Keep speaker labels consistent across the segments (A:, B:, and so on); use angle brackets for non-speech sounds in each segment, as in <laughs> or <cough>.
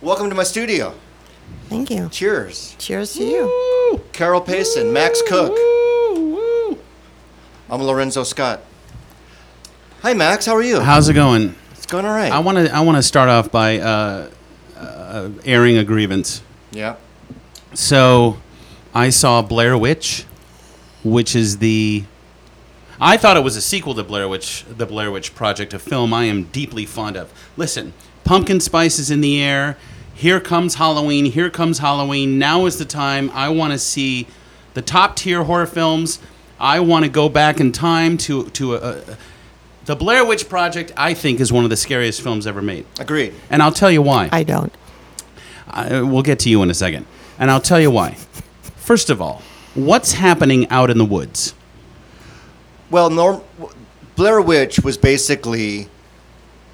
A: Welcome to my studio.
B: Thank you.
A: Cheers.
B: Cheers to you.
A: Woo! Carol Payson, Max Cook. I'm Lorenzo Scott. Hi, Max. How are you?
C: How's it going?
A: it's going all right.
C: I want to I want to start off by uh, uh, airing a grievance.
A: yeah.
C: So, I saw Blair Witch, which is the I thought it was a sequel to Blair Witch, the Blair Witch Project, a film I am deeply fond of. Listen, pumpkin spice is in the air. Here comes Halloween. Here comes Halloween. Now is the time. I want to see the top tier horror films. I want to go back in time to to a, a, the Blair Witch Project. I think is one of the scariest films ever made,
A: Agreed.
C: and I'll tell you why.
B: I don't.
C: I, we'll get to you in a second, and I'll tell you why. First of all, what's happening out in the woods?
A: Well, Norm, Blair Witch was basically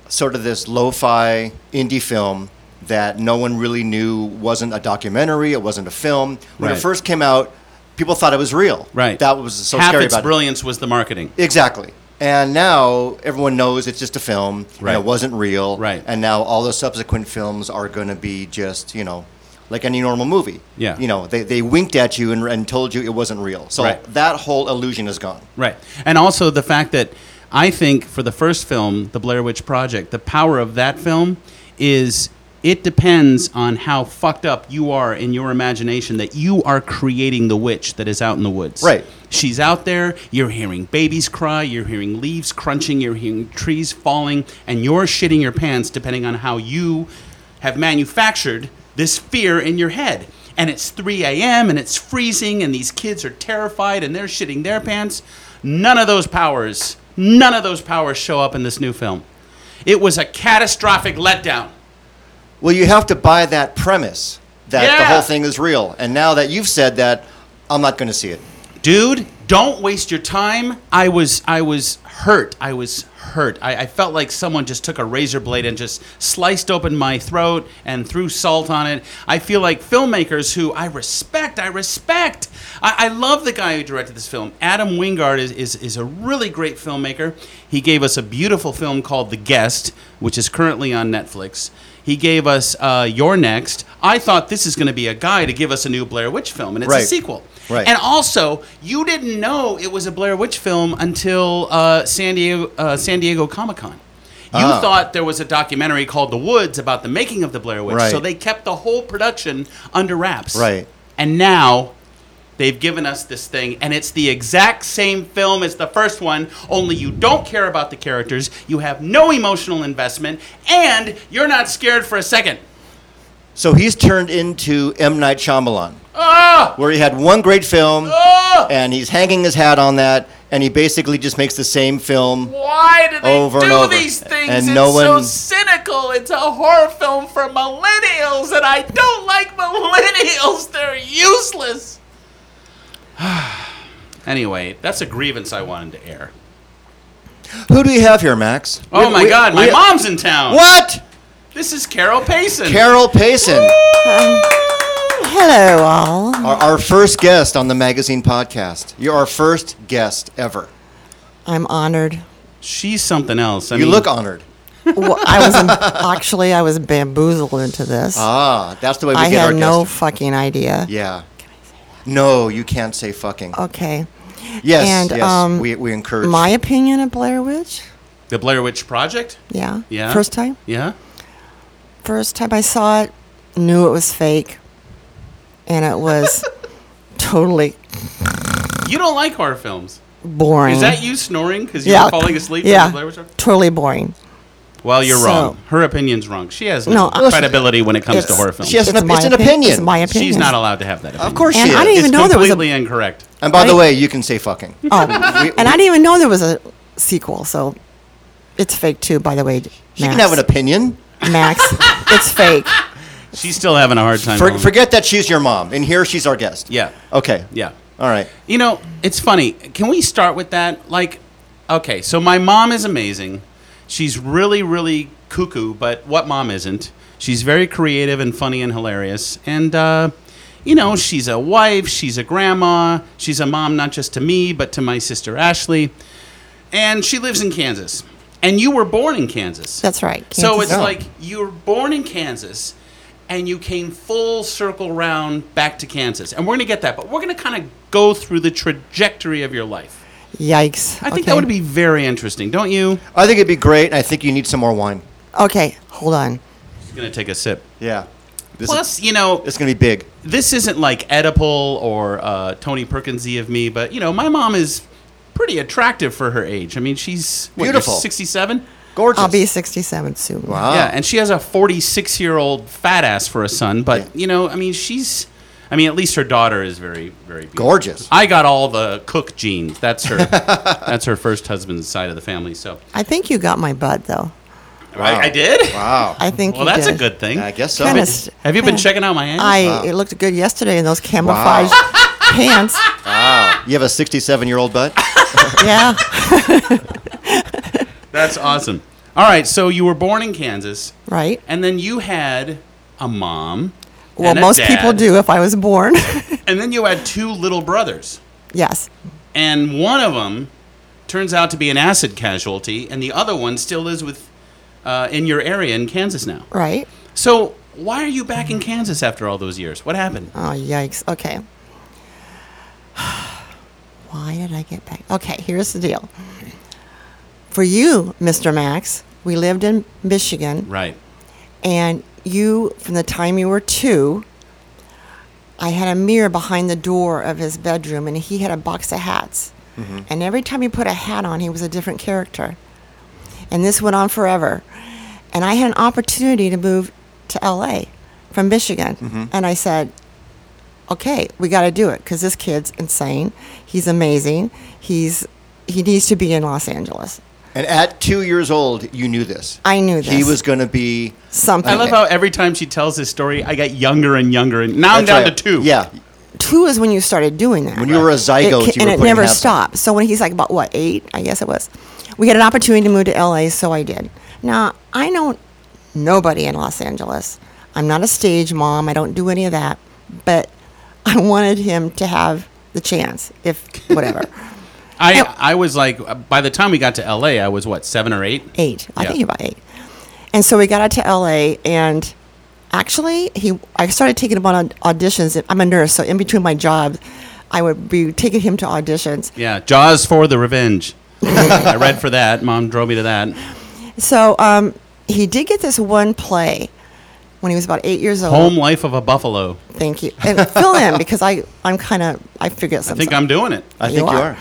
A: sort of this lo-fi indie film that no one really knew wasn't a documentary. It wasn't a film. When it
C: Right.
A: first came out, people thought it was real.
C: Right.
A: That was so
C: Half
A: scary
C: its
A: about it.
C: brilliance was the marketing.
A: Exactly. And now everyone knows it's just a film.
C: Right.
A: And it wasn't real.
C: Right.
A: And now all the subsequent films are going to be just, you know, like any normal movie.
C: Yeah.
A: You know, they, they winked at you and, and told you it wasn't real. So
C: Right.
A: that whole illusion is gone.
C: Right. And also the fact that I think for the first film, The Blair Witch Project, the power of that film is it depends on how fucked up you are in your imagination that you are creating the witch that is out in the woods.
A: Right.
C: She's out there, you're hearing babies cry, you're hearing leaves crunching, you're hearing trees falling, and you're shitting your pants depending on how you have manufactured this fear in your head. And it's 3 a.m. and it's freezing, and these kids are terrified and they're shitting their pants. None of those powers, none of those powers show up in this new film. It was a catastrophic letdown.
A: Well, you have to buy that premise that the
C: Yeah.
A: whole thing is real. And now that you've said that, I'm not going to see it.
C: dude don't waste your time i was i was hurt i was hurt I, I felt like someone just took a razor blade and just sliced open my throat and threw salt on it i feel like filmmakers who i respect i respect i, I love the guy who directed this film adam wingard is, is, is a really great filmmaker he gave us a beautiful film called the guest which is currently on netflix he gave us uh, your next i thought this is going to be a guy to give us a new blair witch film and it's
A: Right.
C: a sequel
A: Right.
C: and also, you didn't know it was a Blair Witch film until uh, San Diego uh, San Diego Comic Con. You
A: Ah.
C: thought there was a documentary called The Woods about the making of the Blair Witch, so
A: Right.
C: they kept the whole production under wraps.
A: Right.
C: And now they've given us this thing, and it's the exact same film as the first one, only you don't care about the characters, you have no emotional investment, and you're not scared for a second.
A: So he's turned into M. Night Shyamalan,
C: Ah!
A: where he had one great film.
C: Ah!
A: and he's hanging his hat on that, and he basically just makes the same film.
C: Why do they
A: Over and
C: do
A: over.
C: these things?
A: And
C: it's
A: no
C: so
A: one-
C: cynical. It's a horror film for millennials, and I don't like <laughs> millennials. They're useless. <sighs> anyway, that's a grievance I wanted to air.
A: Who do we have here, Max?
C: Oh
A: We-
C: my
A: we-
C: God, my
A: we-
C: mom's in town.
A: What?
C: This is Carol Payson.
A: Carol Payson,
B: Um, Hello, all.
A: our, our first guest on the magazine podcast. You're our first guest ever.
B: I'm
C: <laughs>
B: honored.
C: She's something else. I
A: You
C: mean,
A: look honored.
B: Well, I was in, actually I was bamboozled into this.
C: Uh,
A: Ah, that's the way we
B: I
A: get our
B: had no
A: guest.
B: fucking idea.
A: yeah. No, you can't say fucking.
B: Okay.
A: yes,
B: Uh, and,
A: yes.
B: um,
A: we, we encourage.
B: My opinion of Blair Witch.
C: the Blair Witch Project.
B: Yeah.
C: Yeah.
B: First time.
C: Yeah.
B: First time I saw it, knew it was fake, and it
C: <laughs>
B: was totally
C: You don't like horror films.
B: boring.
A: Mm.
C: Is that you snoring because you
B: yeah.
C: were falling asleep?
B: Yeah.
C: From the Blair Witch Project?
B: totally boring.
C: Well, you're
B: So-
C: wrong. Her opinion's wrong. She has
B: No,
C: no,
B: I-
C: credibility when it comes to
B: It's-
C: horror films.
A: she has- It's an op-
B: my
A: it's an
B: opin-
A: opinion.
B: It's my opinion.
C: She's not allowed to have that. Opinion.
A: of course
B: And
A: she
B: I
A: is.
B: didn't
C: it's
B: even know there was a
C: completely incorrect.
A: and by the
B: I-
A: way, you can say fucking.
B: Oh,
A: We-
B: and I didn't even know there was a sequel. So it's fake too, by the way. Max.
A: she can have an opinion. <laughs>
B: Max, it's fake.
C: She's still having a hard time.
A: For,
C: going-
A: forget that she's your mom, and here she's our guest.
C: Yeah.
A: Okay.
C: Yeah.
A: All right.
C: You know, it's funny. Can we start with that? Like, okay, so my mom is amazing. She's really, really cuckoo, but what mom isn't? She's very creative and funny and hilarious. And, uh, you know, she's a wife, she's a grandma, she's a mom not just to me, but to my sister Ashley. And she lives in Kansas. And you were born in Kansas.
B: That's right.
C: So
B: Kansas.
C: it's
A: Oh.
C: like you were born in Kansas, and you came full circle round back to Kansas. And we're going to get that, but we're going to kind of go through the trajectory of your life.
B: Yikes.
C: I think that
B: Okay.
C: would be very interesting, don't you?
A: I think it'd be great. and I think you need some more wine.
B: Okay, hold on.
C: He's going to take a sip.
A: Yeah. This is-
C: Plus, you know,
A: it's gonna be big.
C: this isn't like Oedipal or uh, Tony Perkinsy of me, but you know, my mom is pretty attractive for her age. I mean, she's what,
A: Beautiful.
C: sixty-seven.
A: Gorgeous. Ah.
B: I'll be 67 soon.
A: Wow.
C: Yeah, and she has a forty-six-year-old fat ass for a son. But
A: Yeah.
C: you know, I mean, she's, I mean, at least her daughter is very, very beautiful.
A: Gorgeous.
C: I got all the cook genes. That's her. <laughs> that's her first husband's side of the family. So
B: I think you got my butt though.
A: Wow.
C: I, I did.
A: Wow.
B: I think
C: Well,
B: you
C: that's
B: did.
C: a good thing.
A: I guess so.
B: Kinda
A: Wow.
B: s-
C: Have you
B: <laughs>
C: been
B: kinda-
C: checking out my ass?
B: I it looked good yesterday in those camouflage <laughs> pants. <laughs>
A: You have a 67 year old butt.
C: <laughs>
B: Yeah.
C: That's awesome. All right, so you were born in Kansas.
B: Right.
C: And then you had a mom.
B: Well,
C: and a
B: most people
C: dad,
B: do if I was born. <laughs>
C: And then you had two little brothers.
B: yes.
C: And one of them turns out to be an acid casualty, and the other one still is with uh, in your area in Kansas now.
B: Right.
C: So why are you back in Kansas after all those years? What happened?
B: Oh, yikes. Okay. <sighs> Why did I get back? Okay, here's the deal. For you, Mr. Max, we lived in Michigan,
C: Right.
B: and you, from the time you were two, I had a mirror behind the door of his bedroom, and he had a box of hats. And every time he put a hat on, he was a different character. And this went on forever. And I had an opportunity to move to LA from Michigan. And I said, okay, we got to do it because this kid's insane. He's amazing. He's, he needs to be in Los Angeles.
A: <laughs> And at two years old, you knew this.
B: I knew
A: He
B: this.
A: was gonna be.
B: Something.
C: I love how every time she tells this story, I got younger and younger, and now
A: That's
C: I'm down
A: right.
C: to two.
A: Yeah.
B: two is when you started doing that.
A: When you were a
B: It
A: zygote, you
B: ca- and
A: were
B: it
A: putting
B: never
A: hats on.
B: stopped. So when he's like about what eight, I guess it was, we had an opportunity to move to LA, so I did. Now I know nobody in Los Angeles. I'm not a stage mom. I don't do any of that. But <laughs> I wanted him to have the chance, if
A: <laughs>
B: whatever.
C: I
B: And-
C: I was like, uh, by the time we got to L.A., I was what seven or eight.
B: eight. I
C: Yeah.
B: think about eight. And so we got out to LA, and actually, he I started taking him on au- auditions. I'm a nurse, so in between my job, I would be taking him to auditions.
C: Yeah, Jaws for
A: <laughs>
C: the Revenge. I read for that. Mom drove me to that.
B: So um, he did get this one play when he was about eight years old.
C: Home Life of a Buffalo.
B: Thank you. And fill in because I I'm kind of I forget
C: I
B: something.
C: think I'm doing it.
A: I think you are.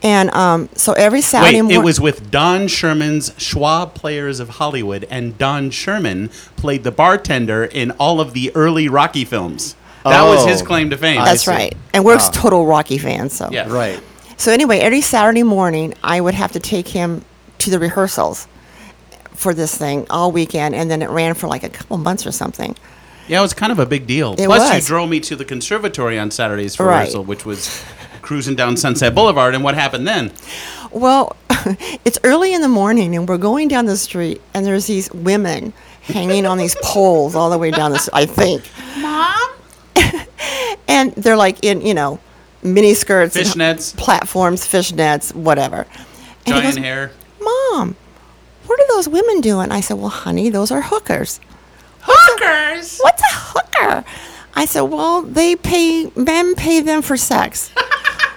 B: And um, so every Saturday
C: Wait, it
B: morning,
C: was with Don Sherman's Schwab Players of Hollywood, and Don Sherman played the bartender in all of the early Rocky films. That was his
A: Oh,
C: claim to fame.
A: I
B: that's
A: see.
B: right. And we're
A: Ah.
B: total Rocky fans, so
C: Uh. Yeah.
A: Right.
B: So anyway, every Saturday morning, I would have to take him to the rehearsals for this thing all weekend, and then it ran for like a couple months or something.
C: Yeah, it was kind of a big deal.
B: It
C: Plus, you
B: was.
C: drove me to the conservatory on Saturdays for
B: Right.
C: rehearsal, which was cruising down Sunset Boulevard. And what happened then?
B: Well, <laughs> it's early in the morning, and we're going down the street, and there's these women hanging on these poles all the way down the. s- I think,
C: Mom?
B: <laughs> and they're like in you know, mini skirts, and
C: Fishnets.
B: platforms, fishnets, whatever. And he
C: Giant
B: goes,
C: hair.
B: Mom, what are those women doing? I said, Well, honey, those are hookers.
C: Hookers!
B: What's a hooker? I said, well, they pay men pay them for
C: <laughs>
B: sex.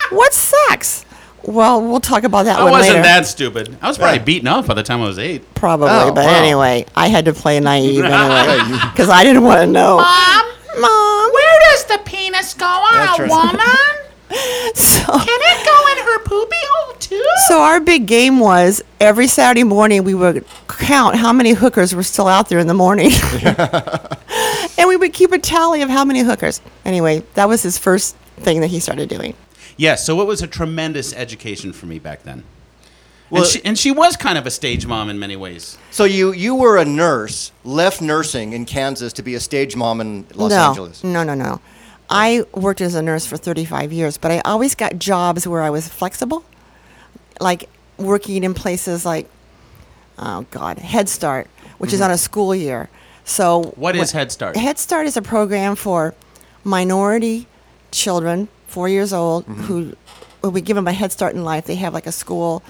B: What's sex? Well, we'll talk about that
C: I
B: one
C: wasn't
B: "Oh, later.
C: that stupid. I was probably
A: Yeah.
C: beaten up by the time I was eight.
B: Probably,
A: Oh,
B: but
A: wow.
B: anyway, I had to play naive anyway because I didn't want to <laughs> know.
D: Mom,
B: Mom,
D: where does the penis go
A: That's
D: on
A: right.
D: a
B: <laughs>
D: woman?
B: so,
D: Can it go in her poopy hole too?
B: so our big game was every Saturday morning we would count how many hookers were still out there in the <laughs> morning, and we would keep a tally of how many hookers. Anyway, that was his first thing that he started doing.
C: Yeah, so it was a tremendous education for me back then.
A: Well-
C: and, she, and she was kind of a stage mom in many ways.
A: <laughs> So you you were a nurse, left nursing in Kansas to be a stage mom in Los
B: no, Mm.
A: Angeles.
B: No, no, no. I worked as a nurse for 35 years, but I always got jobs where I was flexible, like working in places like, oh God, Head Start, which
A: Mm-hmm.
B: is on a school year. So,
C: What is Head Start?
B: Head Start is a program for minority children, four years old, who when we give them a head start in life. They have like a school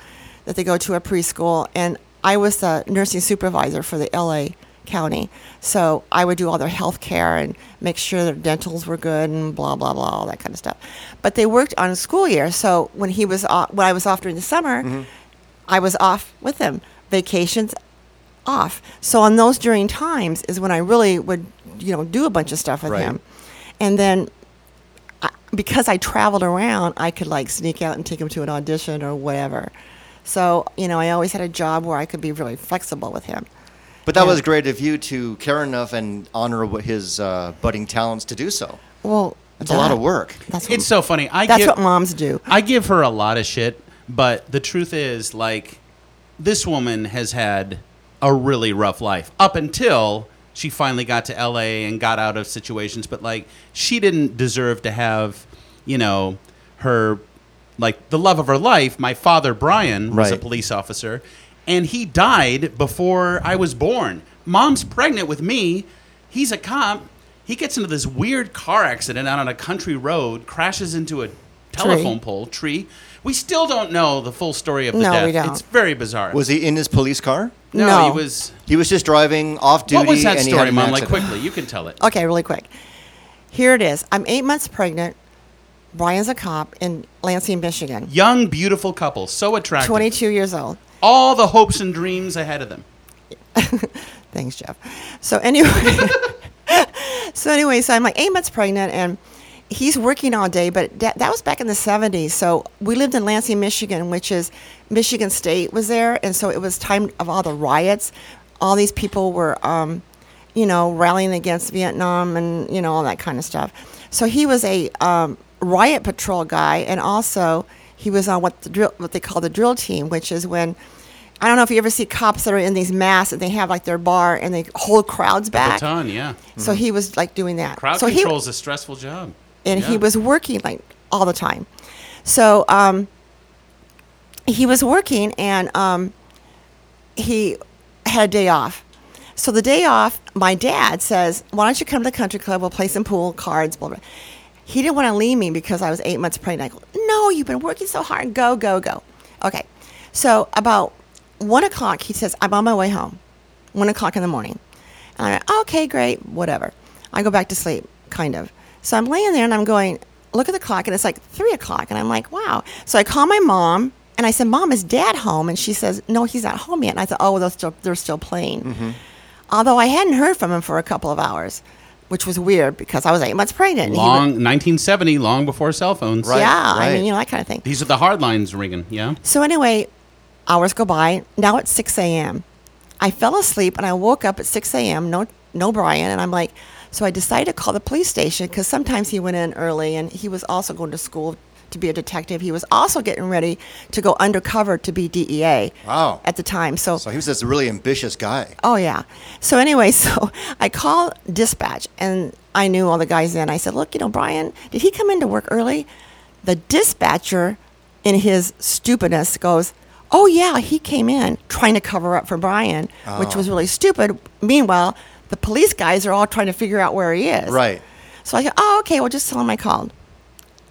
B: that they go to, a preschool, and I was the nursing supervisor for the LA county. So I would do all their health care and make sure their dentals were good and blah blah blah all that kind of stuff. But they worked on a school year, so when he was off, when I was off during the summer, I was off with him. Vacations off. So on those during times is when I really would you know do a bunch of stuff with
A: Right.
B: him, and then because I traveled around, I could like sneak out and take him to an audition or whatever. So, you know, I always had a job where I could be really flexible with him.
A: But that was great of you to care enough and honor what his uh, budding talents to do so.
B: Well,
A: That's a lot
B: that-
A: of work.
B: That's what,
C: It's so funny. I
B: that's
C: give,
B: what moms do.
C: I give her a lot of shit, but the truth is, like, this woman has had a really rough life up until she finally got to LA and got out of situations. But, like, she didn't deserve to have, you know, her, like, the love of her life. My father, Brian, was a
A: Right.
C: police officer, and he died before I was born. Mom's pregnant with me. He's a cop. He gets into this weird car accident out on a country road, crashes into a telephone pole tree. We still don't know the full story of the
B: No,
C: death.
B: we don't.
C: It's very bizarre.
A: Was he in his police car?
C: no,
B: No.
C: he was.
A: He was just driving off duty.
C: What was that
A: and he had
C: story,
A: an
C: Mom? Like
A: accident.
C: quickly, you can tell it.
B: Okay, really quick. Here it is. I'm eight months pregnant. Brian's a cop in Lansing, Michigan,
C: Young, beautiful couple, so attractive.
B: 22 years old.
C: All the hopes and dreams ahead of them.
B: Thanks, Jeff. So anyway, so anyway, so I'm like eight months pregnant, and he's working all day. But that, that was back in the '70s. So we lived in Lansing, Michigan, which is Michigan State was there, and so it was time of all the riots. All these people were, um, you know, rallying against Vietnam and you know all that kind of stuff. So he was a um, riot patrol guy, and also he was on what the drill, what they call the drill team, which is when I don't know if you ever see cops that are in these masks and they have like their bar and they hold crowds back.
C: Baton, yeah.
B: So he was like doing that.
C: Crowd
B: so
C: control is a stressful job.
B: he, and
C: Yeah.
B: he was working like all the time. So um, he was working and um, he had a day off. So the day off, my dad says, "Why don't you come to the country club? We'll play some pool, cards, blah blah." He didn't want to leave me because I was eight months pregnant. I go, "No, you've been working so hard. Go, go, go." Okay. So about one o'clock, he says, "I'm on my way home." One o'clock in the morning, and I go, "Okay, great, whatever." I go back to sleep, kind of. So I'm laying there and I'm going, look at the clock, and it's like three o'clock, and I'm like, "Wow." So I call my mom. And I said, "Mom, is Dad home?" And she says, "No, he's not home yet." And I thought, "Oh, they're still they're still playing."
A: Mm-hmm.
B: Although I hadn't heard from him for a couple of hours, which was weird because I was eight months pregnant. and he
C: Long,
B: would-
C: 1970, long before cell phones.
A: Right,
B: yeah, I
A: right.
B: mean, you know that kind of thing.
C: These are the hard lines ringing, yeah?
B: So anyway, hours go by. Now it's six a.m. I fell asleep and I woke up at six a.m. No, no Brian, and I'm like, so I decided to call the police station because sometimes he went in early, and he was also going to school to be a detective. He was also getting ready to go undercover to be DEA.
A: Wow.
B: At the time, so
A: So he was this really ambitious guy.
B: Oh yeah. So anyway, <laughs> so I call dispatch and I knew all the guys then. I said, "Look, you know, Brian, did he come into work early?" The dispatcher in his stupidness goes, "Oh yeah, he came in trying to cover up for Brian, which was really stupid." Meanwhile, the police guys are all trying to figure out where he is.
A: Right.
B: So I go, "Oh, okay, well just tell him I called."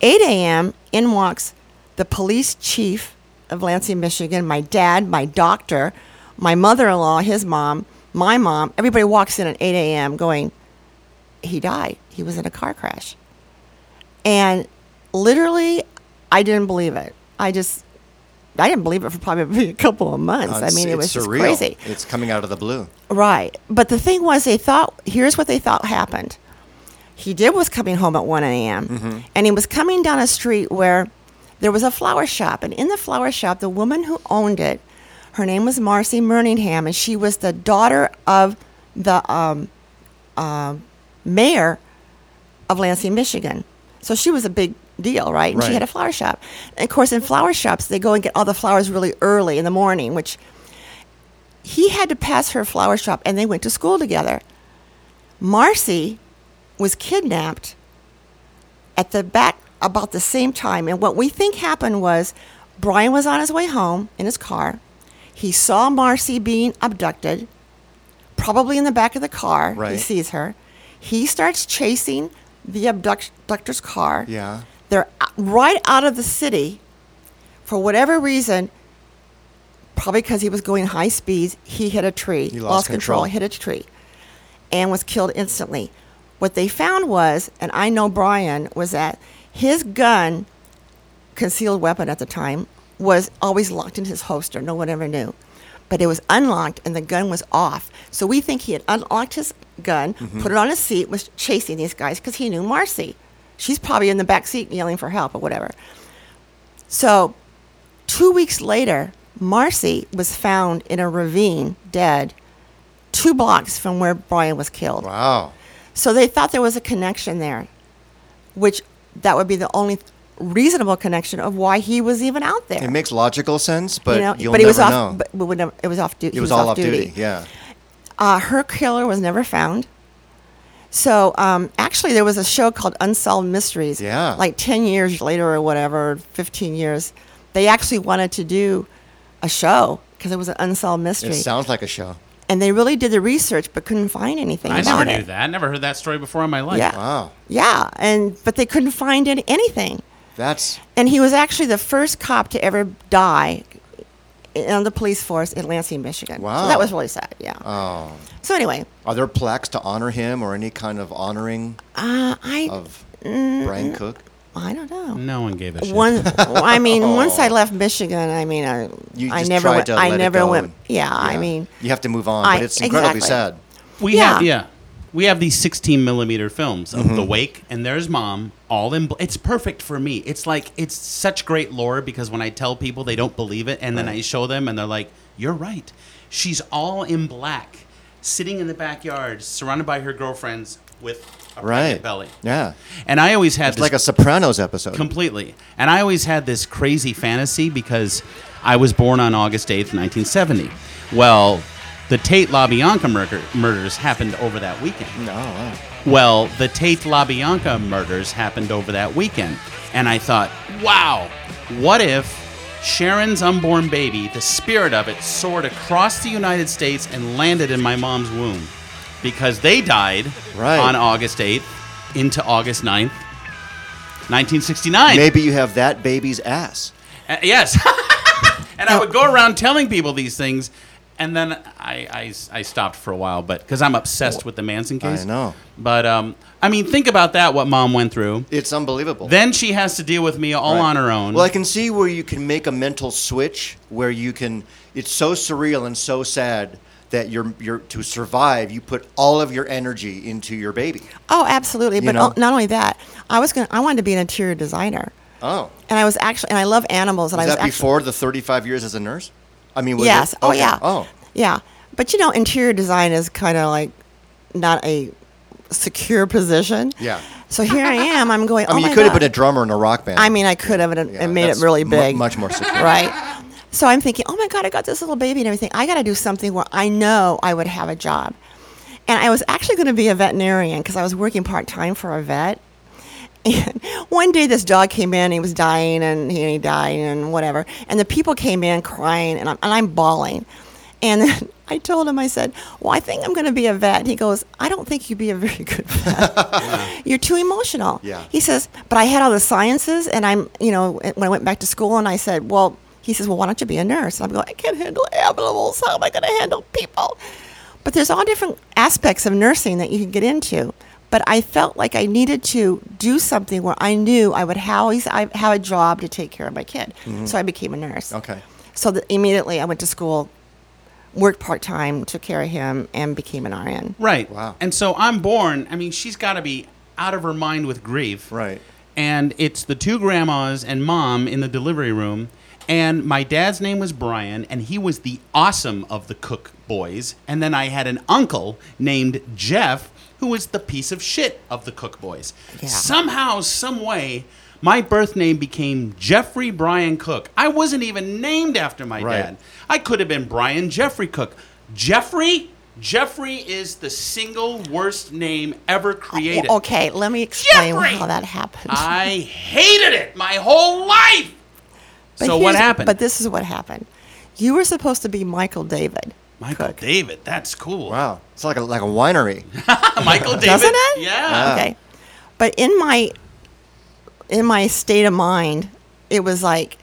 B: 8 a.m., in walks the police chief of Lansing, Michigan, my dad, my doctor, my mother in law, his mom, my mom. Everybody walks in at 8 a.m. going, he died. He was in a car crash. And literally, I didn't believe it. I just, I didn't believe it for probably <laughs> a couple of months. I
A: Oh, It's-
B: mean, it
A: it's
B: was just
A: surreal.
B: crazy.
A: It's coming out of the blue.
B: Right. But the thing was, they thought, here's what they thought happened. He did was coming home at 1 a.m. And he was coming down a street where there was a flower shop. And in the flower shop, the woman who owned it, her name was Marcy Merningham, and she was the daughter of the um, uh, mayor of Lansing, Michigan. So she was a big deal, right? And she
A: Right.
B: had a flower shop. And of course, in flower shops, they go and get all the flowers really early in the morning, which he had to pass her flower shop and they went to school together. Marcy was kidnapped at the back about the same time. And what we think happened was Brian was on his way home in his car. He saw Marcy being abducted, probably in the back of the car. He
A: Right.
B: sees her. He starts chasing the abduct- abductor's car.
A: Yeah.
B: They're o- right out of the city. For whatever reason, probably because he was going high speeds, he hit a tree.
A: He lost control.
B: hit a tree. and was killed instantly. What they found was, and I know Brian, was that his gun, concealed weapon at the time, was always locked in his holster. No one ever knew. But it was unlocked and the gun was off. So we think he had unlocked his gun,
A: Mm-hmm.
B: put it on his seat, was chasing these guys because he knew Marcy. She's probably in the back seat yelling for help or whatever. So Two weeks later, Marcy was found in a ravine, dead, two blocks from where Brian was killed.
A: Wow.
B: So they thought there was a connection there, which that would be the only reasonable connection of why he was even out there.
A: It makes logical sense, but
B: you know,
A: you'll
B: but he
A: never
B: was off.
A: know.
B: But we would never- it was off duty.
A: it was, all off duty. Yeah.
B: Uh, her killer was never found. So um, actually, there was a show called Unsolved Mysteries.
A: Yeah.
B: Like 10 years later or whatever, 15 years, they actually wanted to do a show because it was an unsolved mystery.
A: It sounds like a show.
B: and they really did the research but couldn't find anything
C: I
B: about
C: never
B: it.
C: knew that. I never heard that story before in my life.
B: Yeah.
A: Wow.
B: Yeah. And, but they couldn't find any, anything.
A: That's
B: And he was actually the first cop to ever die on the police force in Lansing, Michigan.
A: Wow.
B: So that was really sad. Yeah.
A: oh.
B: so anyway,
A: Are there plaques to honor him or any kind of honoring
B: uh, I
A: of
B: Mm,
A: Brian Cook?
B: I don't know.
C: No one gave a shit.
B: One,
A: <laughs>
B: I mean, once I left Michigan, I mean, I,
A: Oh. You
B: I
A: just
B: never
A: tried
B: went.
A: to
B: I
A: let it
B: never
A: go
B: went.
A: and-
B: Yeah, I mean,
A: you have to move on,
B: I-
A: but it's incredibly
B: exactly.
A: sad.
C: We
B: Yeah.
C: have yeah. We have these 16 millimeter films of
A: Mm-hmm.
C: The Wake and There's Mom, all in. Bl- it's perfect for me. It's like it's such great lore because when I tell people, they don't believe it, and then I show them, and they're like, "You're right. She's all in black, sitting in the backyard, surrounded by her girlfriends with a
A: Right.
C: right belly."
A: Yeah.
C: And I always had
A: It's
C: this
A: like a Sopranos episode.
C: completely. And I always had this crazy fantasy because I was born on August 8th, 1970. Well, the Tate LaBianca murder- murders happened over that weekend.
A: oh, wow.
C: Well, the Tate LaBianca murders happened over that weekend. And I thought, wow, what if Sharon's unborn baby, the spirit of it, soared across the United States and landed in my mom's womb? Because they died
A: Right.
C: on August 8th into August 9th, 1969.
A: Maybe you have that baby's ass.
C: Uh, yes. <laughs> and I would go around telling people these things. And then I, I s- I stopped for a while, but because I'm obsessed with the Manson case.
A: I know.
C: But um, I mean, think about that. What mom went through.
A: It's unbelievable.
C: Then she has to deal with me all
A: Right.
C: on her own.
A: Well, I can see where you can make a mental switch where you can. It's so surreal and so sad that you're you're to survive. You put all of your energy into your baby.
B: oh, absolutely. but
A: know?
B: o- not only that, I was going. to I wanted to be an interior designer,
A: Oh,
B: and I was actually, and I love animals, and
A: was
B: I was
A: that
B: actually,
A: before the 35 years as a nurse? I mean, was
B: Yes.
A: It?
B: Oh
A: okay.
B: yeah.
A: Oh,
B: Yeah, but you know, interior design is kind of like not a secure position.
A: Yeah.
B: So here I am. I'm going.
A: I mean,
B: oh
A: you
B: my
A: could
B: God.
A: have been a drummer in a rock band.
B: I mean, I could have, and it,
A: Yeah,
B: it made it
A: that's
B: really
A: mu-
B: big.
A: much more secure.
B: right? So I'm thinking, oh my God, I got this little baby and everything. I got to do something where I know I would have a job. And I was actually going to be a veterinarian because I was working part time for a vet. And <laughs> one day this dog came in, he was dying and he, he died and whatever. And the people came in crying and I'm, and I'm bawling. And then <laughs> I told him, I said, Well, I think I'm going to be a vet. And he goes, I don't think you'd be a very <laughs> good
A: <laughs>
B: vet. You're too emotional.
A: Yeah.
B: He says, But I had all the sciences and I'm, you know, when I went back to school and I said, Well, he says, Well, why don't you be a nurse? And I'm going, I can't handle animals. How am I going to handle people? But there's all different aspects of nursing that you can get into. But I felt like I needed to do something where I knew I would always I have a job to take care of my kid.
C: Mm-hmm.
B: So I became a nurse.
A: Okay.
B: So that immediately I went to school, worked part time, took care of him, and became an RN.
C: right.
A: Wow.
C: And so I'm born. I mean, she's got to be out of her mind with grief.
A: Right.
C: And it's the two grandmas and mom in the delivery room. And my dad's name was Brian, and he was the awesome of the cook boys. And then I had an uncle named Jeff, who was the piece of shit of the cook boys.
B: Yeah.
C: Somehow, some way, my birth name became Jeffrey Brian Cook. I wasn't even named after my
A: Right.
C: dad. I could have been Brian Jeffrey Cook. Jeffrey? Jeffrey is the single worst name ever created.
B: Well, Oh, okay, let me explain
C: Jeffrey!
B: how that happened.
C: I hated it my whole life.
B: But
C: so what
B: here's-
C: happened?
B: But this is what happened. You were supposed to be Michael David.
C: Michael David, that's
A: <laughs>
C: cool.
A: Wow. It's like a, like a winery.
C: Michael David,
B: Doesn't it?
C: Yeah.
B: Okay. But in my in my state of mind, it was like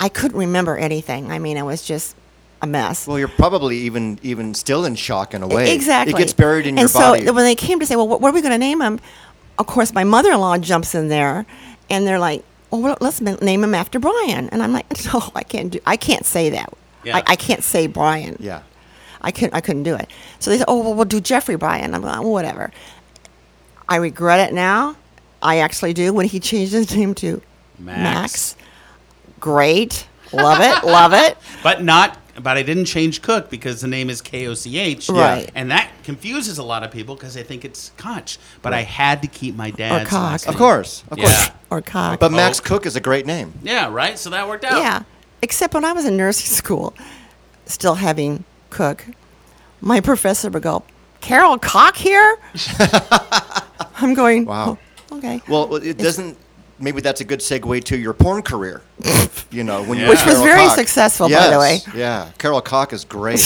B: I couldn't remember anything. I mean, I was just a mess.
A: Well, you're probably even even still in shock in a way.
B: E, Exactly.
A: It gets buried in
B: and
A: your
B: so
A: body.
B: when they came to say, well, what what are we going to name him? Of course, my mother-in-law jumps in there, and they're like, well, well, let's ma- name him after Brian. And I'm like, <laughs> no, I can't do. I can't say that.
C: Yeah.
B: I, I can't say Brian.
A: yeah.
B: I couldn't. I couldn't do it. So they said, "Oh well, we'll do Jeffrey Bryan." I'm like, "Oh, "Whatever." I regret it now. I actually do. When he changed his name to Max,
C: Max.
B: great, love it, love it.
C: But not. But I didn't change Cook because the name is K O C H.
B: Right.
C: And that confuses a lot of people because they think it's Koch. But I had to keep my dad's
B: Koch.
C: last
A: Of
C: name.
A: course. Of
C: Yeah. Oh.
A: course.
B: Or cock.
A: But Max Cook is a great name.
C: Yeah. Right. So that worked out.
B: yeah. Except when I was in nursing school, still having cook, my professor would go, "Carol Cock here." I'm going.
A: Wow.
B: "Oh, okay.
A: Well, well, it doesn't. Maybe that's a good segue to your porn career. you know, when you
C: Which
A: were
C: was
A: Carol
B: very
A: Cock.
B: successful, by the
A: Yes, Yeah, Carol Cock is
B: <laughs>
A: great.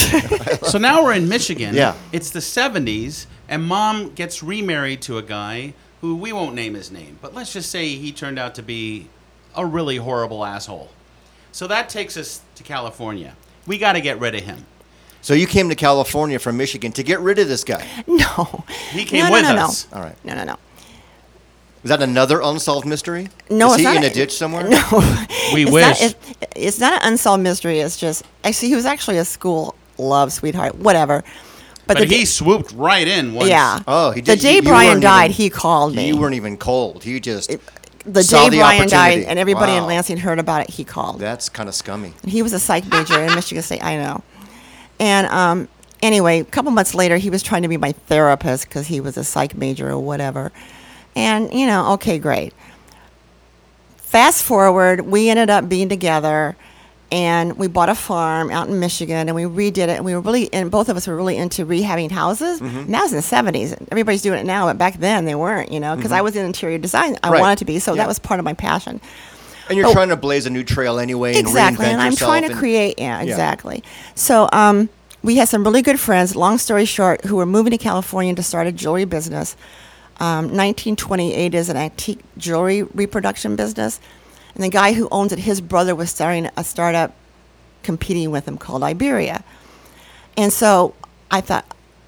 C: So now we're in Michigan.
A: Yeah.
C: It's the 70s, and mom gets remarried to a guy who we won't name his name, but let's just say he turned out to be a really horrible asshole. So that takes us to California. We got to get rid of him.
A: so you came to California from Michigan to get rid of this guy.
B: <laughs> No.
C: He came
B: no,
C: with
B: no, no,
C: us.
B: No.
A: All right.
B: No, no, no.
A: Is that another unsolved mystery?
B: No,
A: is
B: it's
A: he
B: not
A: in a,
B: a-
A: ditch somewhere?
B: <laughs> No,
C: We
B: it's
C: wish.
B: Not, it, it's not an unsolved mystery. It's just actually he was actually a school love sweetheart, whatever. But,
C: But,
B: the
C: he swooped right in once.
B: yeah.
A: Oh, he
B: the
A: did.
B: day
A: you- you
B: Brian
A: weren't
B: died,
A: even-
B: he called me.
A: You weren't even cold. You just
B: the
A: saw
B: day
A: the
B: Brian died,
A: opportunity.
B: and everybody in
A: Wow.
B: Lansing heard about it. He called.
A: That's kind of scummy.
B: He was a psych major in Michigan State. I know. And um, anyway, a couple months later, he was trying to be my therapist because he was a psych major or whatever. And, you know, okay, great. Fast forward, we ended up being together and we bought a farm out in Michigan and we redid it. And we were really, and both of us were really into rehabbing houses.
A: Mm-hmm.
B: And that was in the 70s. Everybody's doing it now, but back then they weren't, you know, because I was in interior design. I
A: Mm-hmm. Right.
B: wanted to be. So
A: Yeah.
B: that was part of my passion
A: And you're
B: Oh.
A: trying to blaze a new trail anyway.
B: exactly
A: And, reinvent
B: and i'm
A: yourself
B: trying to
A: and-
B: create yeah exactly so um, we had some really good friends long story short who were moving to california to start a jewelry business um, 1928 is an antique jewelry reproduction business and the guy who owns it his brother was starting a startup competing with him called iberia and so i thought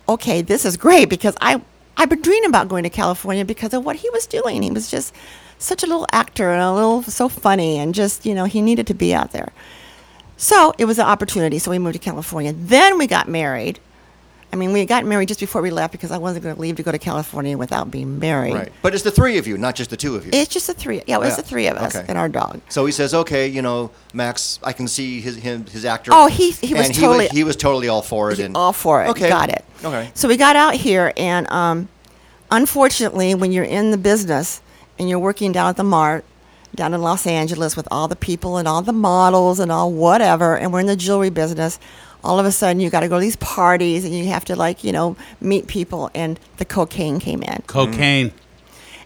B: okay this is great because i i've been dreaming about going to california because of what he was doing he was just such a little actor and a little so funny and just you know he needed to be out there so it was an opportunity. So we moved to California. Then we got married. I mean, we got married just before we left because I wasn't going to leave to go to California without being married.
A: Right. But it's the three of you, not just the two of you.
B: It's just the three. Yeah, it was
A: Yeah.
B: the three of us
A: Okay.
B: and our dog.
A: So he says, "Okay, you know, Max, I can see his him, his actor."
B: Oh, he- he was
A: and He
B: totally-
A: was, he was totally all for it. And
B: all for it.
A: Okay,
B: Got it.
A: Okay.
B: So we got out here, and um, unfortunately, when you're in the business and you're working down at the mart, down in Los Angeles with all the people and all the models and all whatever, and we're in the jewelry business, all of a sudden you got to go to these parties and you have to, like, you know, meet people, and the cocaine came in.
C: Cocaine.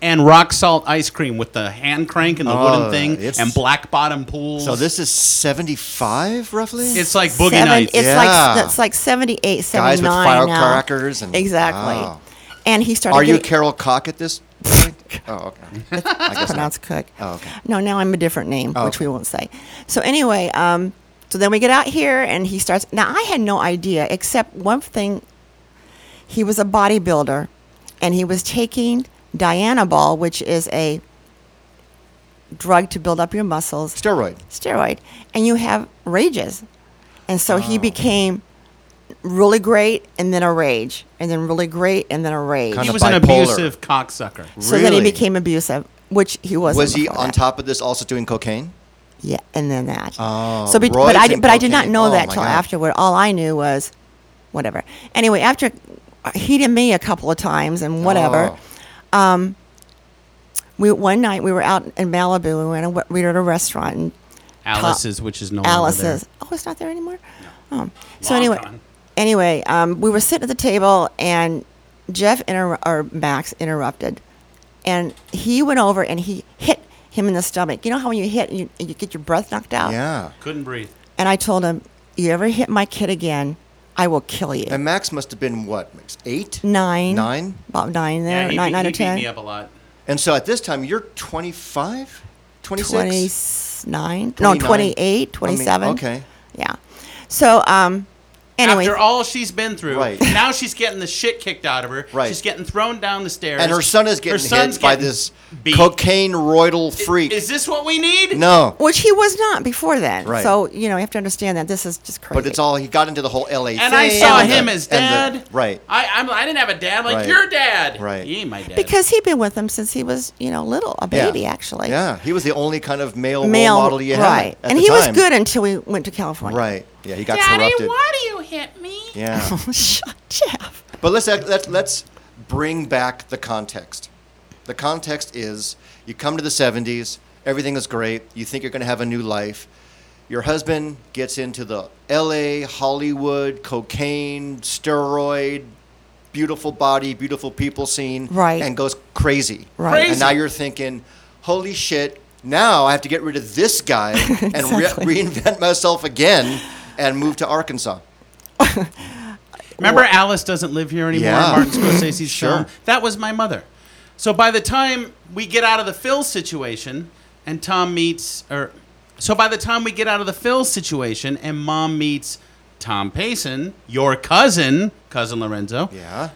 C: And rock salt ice cream with the hand crank and the
A: Oh,
C: wooden thing
A: it's-
C: and black bottom pools.
A: So this is seventy-five, roughly.
C: It's like boogie
B: Seven-
C: nights.
B: It's
A: Yeah.
B: like that's like 78, 79
A: Guys with
B: now.
A: firecrackers and-
B: exactly.
A: Wow.
B: And he started.
A: Are you
B: getting-
A: Carol Cock at
B: <laughs>
A: this? point? oh, okay. I guess not.
B: pronounced Cook.
A: Oh, okay.
B: No, now I'm a different name,
A: Oh,
B: which
A: okay.
B: we won't say. So anyway, um, so then we get out here, and he starts. Now I had no idea, except one thing. He was a bodybuilder, and he was taking Diana Ball, which is a drug to build up your muscles
A: Steroid.
B: steroid and you have rages and so he became really great and then a rage and then really great and then a rage
A: Kind
C: he
A: of
C: was an
A: bipolar.
C: abusive cocksucker.
B: so then he
A: Really?
B: became abusive which he wasn't
A: Was he
B: before
A: on
B: that.
A: top of this also doing cocaine?
B: yeah and then that
A: Oh,
B: so be-
A: roids
B: but i
A: and
B: did, but i did not
A: cocaine.
B: know
A: Oh,
B: that
A: my
B: till
A: God.
B: afterward all i knew was whatever anyway after heating me a couple of times and whatever Um,
A: Oh.
B: we one night we were out in malibu and we were at a, we were at a restaurant and
C: Alice's, which is no longer
B: Alice's.
C: there.
B: Oh, it's not there anymore. Oh. So
C: Long
B: anyway,
C: gone.
B: anyway, um, we were sitting at the table, and Jeff inter- or Max interrupted, and he went over and he hit him in the stomach. You know how when you hit, you, you get your breath knocked out.
A: Yeah.
C: Couldn't breathe.
B: And I told him, "You ever hit my kid again, I will kill you."
A: And Max must have been what? Max? Eight.
B: nine.
A: Nine.
B: About nine there.
C: Yeah, he,
B: nine,
C: beat-
B: nine
C: he
B: or
C: beat
B: ten.
C: me up a lot.
A: And so at this time you're 25, 26?
B: 29 no
A: 29?
B: 28
A: I mean,
B: 27
A: okay.
B: yeah So, um, anyway,
C: After all she's been through,
A: Right.
C: <laughs> now she's getting the shit kicked out of her.
A: Right.
C: She's getting thrown down the stairs.
A: and her son is getting
C: son's
A: hit by
C: getting
A: this
C: beat.
A: cocaine roidal freak.
C: Is this what we need?
A: no,
B: which he was not before then.
A: Right.
B: So you know, you have to understand that this is just crazy.
A: but it's all he got into the whole LA
C: And I
A: thing
C: saw
A: and the-
C: him as
A: and
C: dad.
A: the- right.
C: I I'm, I didn't have a dad like
A: Right.
C: your dad.
A: Right.
C: He ain't my dad.
B: because he'd been with him since he was you know little, a
A: Yeah.
B: baby actually.
A: Yeah, he was the only kind of male,
B: Male,
A: role model you had.
B: right?
A: at
B: and
A: the
B: he was
A: time.
B: good until we went to California.
A: Right. Yeah, he got
D: Daddy,
A: corrupted.
D: why do you hit me?
A: Yeah.
B: <laughs> Shut, Jeff.
A: But let's act- let's let's bring back the context. The context is you come to the 70s, everything is great, you think you're going to have a new life. Your husband gets into the LA, Hollywood, cocaine, steroid, beautiful body, beautiful people scene
B: Right.
A: and goes crazy.
B: Right.
A: And now
C: Crazy.
A: you're thinking, "Holy shit, now I have to get rid of this
B: <laughs>
A: guy and re-
B: Exactly.
A: reinvent myself again and move to Arkansas."
C: Remember, Alice doesn't live here anymore.
A: Yeah.
C: Martin
A: <laughs>
C: Scorsese's
A: Sure.
C: film. That was my mother. So by the time we get out of the Phil situation, and Tom meets, or so by the time we get out of the Phil situation, and Mom meets Tom Payson, your cousin, cousin Lorenzo.
A: Yeah.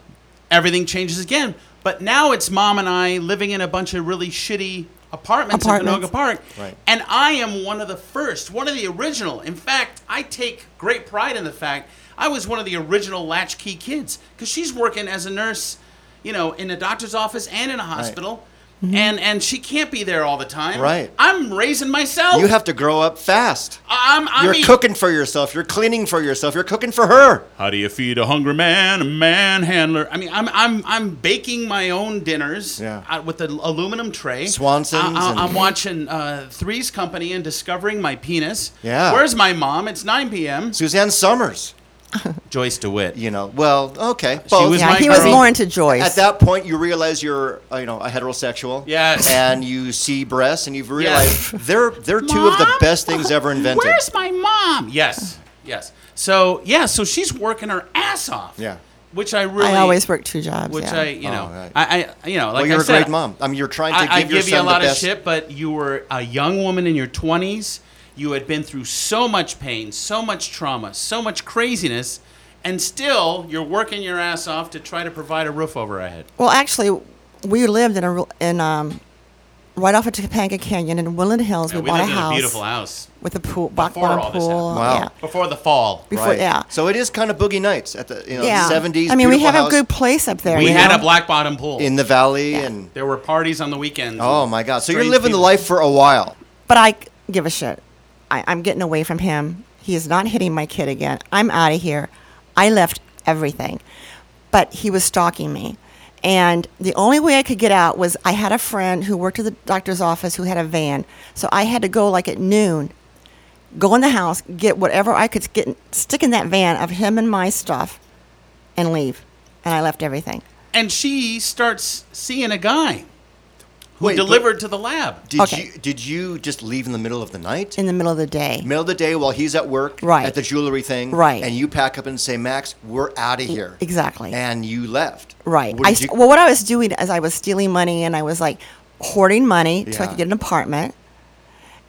C: Everything changes again. But now it's Mom and I living in a bunch of really shitty apartments, in
B: Apartments.
C: Canoga Park.
A: Right.
C: And I am one of the first, one of the original. In fact, I take great pride in the fact I was one of the original latchkey kids because she's working as a nurse, you know, in a doctor's office and in a hospital. And and she can't be there all the time.
A: Right.
C: I'm raising myself.
A: You have to grow up fast.
C: I'm. I
A: You're
C: mean,
A: cooking for yourself. You're cleaning for yourself. You're cooking for her.
C: How do you feed a hungry man, a manhandler? I mean, I'm I'm I'm baking my own dinners
A: Yeah.
C: uh, with an aluminum tray.
A: Swanson's
C: I, I,
A: and-
C: I'm watching uh, Three's Company and discovering my penis.
A: Yeah.
C: Where's my mom? It's 9 p.m.
A: Suzanne Summers.
C: Joyce DeWitt.
A: You know. Well, okay. both.
C: was
B: Yeah,
C: my
B: he was
C: girl.
B: more into Joyce.
A: At that point, you realize you're, uh, you know, a heterosexual.
C: Yes.
A: And you see breasts, and you've
C: Yes.
A: realized they're they're two of the
D: Mom?
A: best things ever invented.
D: Where's my mom?
C: Yes. Yes. So yeah. So she's working her ass off.
A: Yeah.
C: Which I really.
B: I always work two jobs.
C: Which
B: yeah.
C: I you know
A: Oh, right.
C: I, I you know like
A: well, you're
C: I
A: a
C: said,
A: great mom. I mean, you're trying to
C: I, I
A: give your
C: give you a
A: son
C: lot
A: the
C: of
A: best.
C: shit, but you were a young woman in your 20s. You had been through so much pain, so much trauma, so much craziness, and still you're working your ass off to try to provide a roof over our head.
B: Well, actually, we lived in a real- in um, right off of Topanga Canyon in Woodland Hills.
C: Yeah,
B: we
C: we
B: bought
C: lived
B: a
C: in a
B: house
C: beautiful house
B: with a pool, black
C: before
B: bottom
C: all this
B: pool.
C: happened.
A: Wow.
B: Yeah.
C: before the fall.
B: Before,
A: Right.
B: yeah.
A: So it is kind of boogie nights at the you know
B: yeah.
A: 70s.
B: I mean, we
A: beautiful
B: have
A: house
B: a good place up there.
C: We
B: you
C: had
B: know?
C: a black bottom pool.
A: in the valley, and
C: there were parties on the weekends.
A: oh
C: and
A: my god, so you're
C: strange
A: living the
C: people.
A: life for a while.
B: But I c- give a shit. I, I'm getting away from him. He is not hitting my kid again. I'm out of here. I left everything. But he was stalking me. And the only way I could get out was I had a friend who worked at the doctor's office who had a van. So I had to go like at noon, go in the house, get whatever I could get, stick in that van of him and my stuff, and leave. And I left everything.
C: And she starts seeing a guy who
A: Wait, but
C: delivered to the lab.
A: Did
B: Okay.
A: you did you just leave in the middle of the night?
B: In the middle of the day.
A: middle of the day while he's at work
B: Right.
A: at the jewelry thing
B: Right. E-,
A: and you pack up and say max we're out of here
B: exactly.
A: and you left
B: Right.
A: What
B: I
A: did
B: st-
A: you-
B: well, what I was doing is I was stealing money and I was like hoarding money so I
A: Yeah.
B: could get an apartment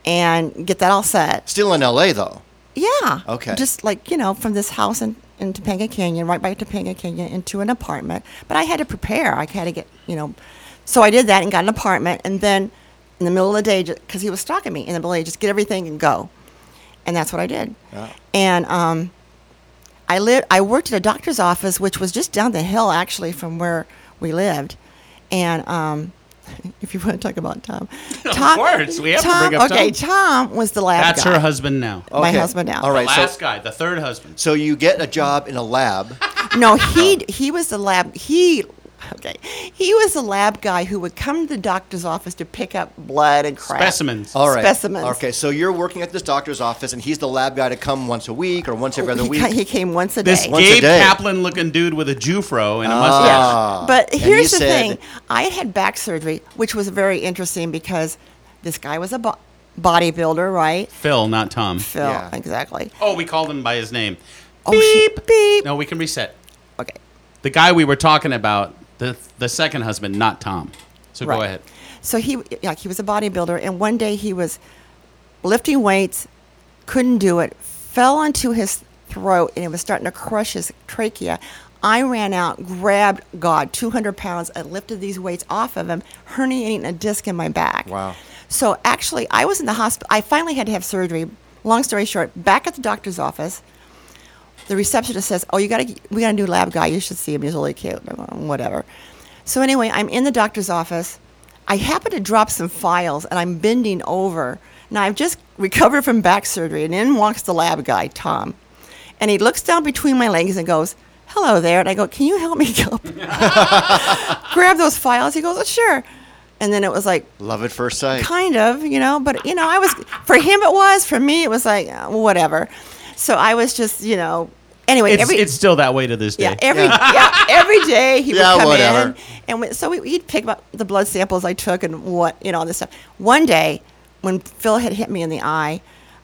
B: and get that all set.
A: still in la though
B: Yeah.
A: Okay.
B: Just like you know, from this house in, in Topanga Canyon, right by Topanga Canyon, into an apartment. But I had to prepare. I had to get you know, so I did that and got an apartment. And then in the middle of the day, because he was stalking me, in the middle of the day, just get everything and go. And that's what I did.
A: Yeah.
B: And um, I lived. I worked at a doctor's office, which was just down the hill, actually, from where we lived. And um, <laughs> if you want to talk about Tom,
C: <laughs> Of
B: Tom,
C: course, we have to
B: Tom,
C: bring up
B: okay,
C: Tom.
B: Tom was the lab
C: That's
B: guy,
C: her husband now.
B: my
A: Okay.
B: husband now.
A: all Oh, right
C: Last
A: so
C: guy, the third husband.
A: so you get a job in a
B: <laughs>
A: lab <laughs> Oh.
B: No, he he was the lab he okay. He was the lab guy who would come to the doctor's office to pick up blood and crap.
C: Specimens.
A: all right
B: Specimens.
A: okay so you're working at this doctor's office and he's the lab guy to come once a week or once every other
B: Oh, He,
A: week
B: ca- he came once a
C: This
B: day.
A: Once a
C: Gabe
A: day.
C: Kaplan looking dude with a Jufro and a mustache.
A: Ah.
B: But
A: And
B: here's
A: you
B: the
A: said-
B: thing: I had had back surgery, which was very interesting because this guy was a bo- bodybuilder, right?
C: Phil, not Tom.
B: Phil,
A: Yeah.
B: exactly.
C: Oh, we called him by his name.
B: Oh, shit. beep.
C: No, we can reset.
B: Okay.
C: The guy we were talking about, the the second husband, not Tom. So go
B: Right.
C: ahead.
B: So he like he was a bodybuilder, and one day he was lifting weights, couldn't do it, fell onto his throat and it was starting to crush his trachea. I ran out, grabbed God, 200 pounds, I lifted these weights off of him, herniating a disc in my back.
A: Wow.
B: So actually, I was in the hospital. I finally had to have surgery. Long story short, back at the doctor's office, the receptionist says, "Oh, you got to we got a new lab guy. You should see him. He's really cute." I'm like, "Mm, Whatever. So anyway, I'm in the doctor's office. I happen to drop some files, and I'm bending over. Now I've just recovered from back surgery, and in walks the lab guy, Tom, and he looks down between my legs and goes, "Hello there." And I go, "Can you help me <laughs> up? <laughs> Grab those files." He goes, oh, "Sure." And then it was like
A: Love at first sight.
B: kind of you know but you know i was for him it was for me it was like uh, whatever so i was just you know anyway
C: It's,
B: every
C: it's still that way to this day.
B: yeah every yeah every day he
A: Yeah,
B: would come
A: whatever.
B: in and we, so we, he'd pick up the blood samples i took and what you know all this stuff one day when phil had hit me in the eye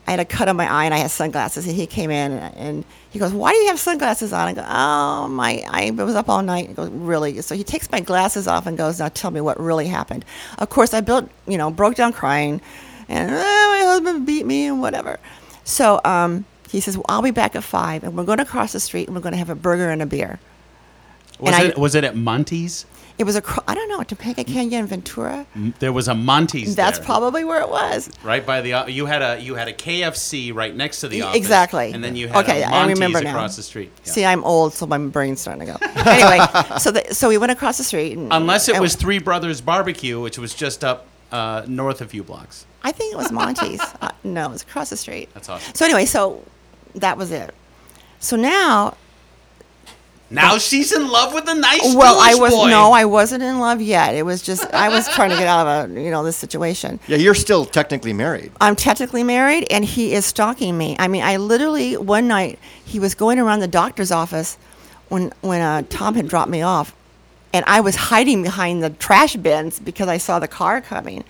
B: i had a cut on my eye and i had sunglasses and he came in and, and he goes why do you have sunglasses on i go oh my i was up all night and goes really so he takes my glasses off and goes now tell me what really happened of course i built you know broke down crying and "Ah, my husband beat me and whatever so um, he says well i'll be back at five and we're going to cross the street and we're going to have a burger and a beer and
C: Was
B: I-
C: it was it at Monty's?
B: it was a, cro- I don't know, Topanga
C: Mm-hmm.
B: Canyon, Ventura.
C: There was a Monty's.
B: That's
C: there,
B: probably where it was.
C: right by the. o- You had a you had a KFC right next to the
B: Y-
C: office.
B: E, exactly.
C: And then you had
B: Okay,
C: a
B: I
C: Monty's
B: remember now.
C: across the street. Yeah.
B: See, I'm old, so my brain's starting to
C: <laughs>
B: go. anyway, so the, so we went across the street. And,
C: Unless it
B: and-
C: was Three Brothers Barbecue, which was just up uh, north a few blocks.
B: I think it was Monty's. uh, no, it was across the street.
C: That's awesome.
B: So anyway, so that was it. So now,
C: Now she's in love with a nice
B: well, I
C: Jewish
B: was
C: boy.
B: no, I wasn't in love yet. It was just I was trying to get out of a you know this situation.
A: Yeah, you're still technically married.
B: I'm technically married, and he is stalking me. I mean, I literally one night he was going around the doctor's office when when uh, Tom had dropped me off, and I was hiding behind the trash bins because I saw the car coming.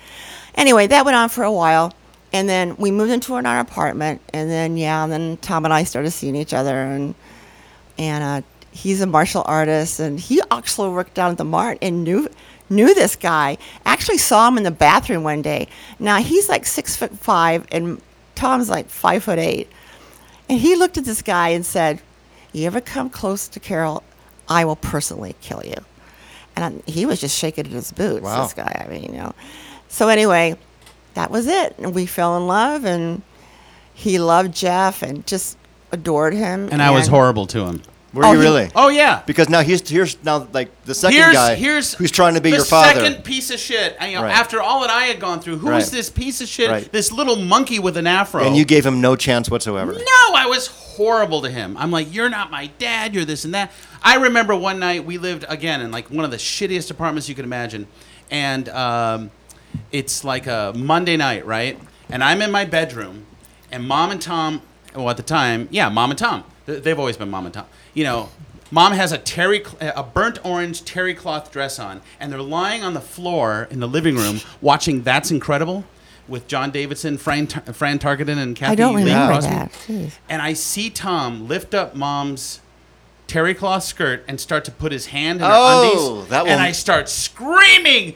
B: Anyway, that went on for a while, and then we moved into our apartment, and then yeah, and then Tom and I started seeing each other, and and uh, he's a martial artist, and he actually worked down at the mart and knew knew this guy. Actually, saw him in the bathroom one day. Now he's like six foot five, and Tom's like five foot eight, and he looked at this guy and said, "You ever come close to Carol, I will personally kill you." And I, he was just shaking in his boots.
A: Wow.
B: This guy, I mean, you know. So anyway, that was it. And we fell in love, and he loved Jeff, and just adored him.
C: And I was horrible to him.
A: Were
B: Oh,
A: you
B: he-
A: really?
C: Oh yeah.
A: Because now he's here's now like the second
C: here's,
A: guy
C: here's
A: who's trying to be
C: the
A: your father.
C: Second piece of shit. And, you know,
A: Right.
C: After all that I had gone through, who's
A: Right.
C: this piece of shit?
A: Right.
C: This little monkey with an afro.
A: and you gave him no chance whatsoever.
C: No, I was horrible to him. I'm like, you're not my dad. You're this and that. I remember one night we lived again in like one of the shittiest apartments you could imagine, and um, it's like a Monday night, right? And I'm in my bedroom, and mom and Tom. Well, at the time, yeah, mom and Tom. Th- They've always been mom and Tom. You know. Mom has a terry, cl- a burnt orange terry cloth dress on, and they're lying on the floor in the living room watching That's Incredible with John Davidson, Fran, Tar- Fran Tarkenton, and Kathy
B: I don't
C: Lee
B: remember
C: Crosby.
B: that. Jeez.
C: And I see Tom lift up mom's terry cloth skirt and start to put his hand in her
A: Oh,
C: undies.
A: that will-
C: and I start screaming,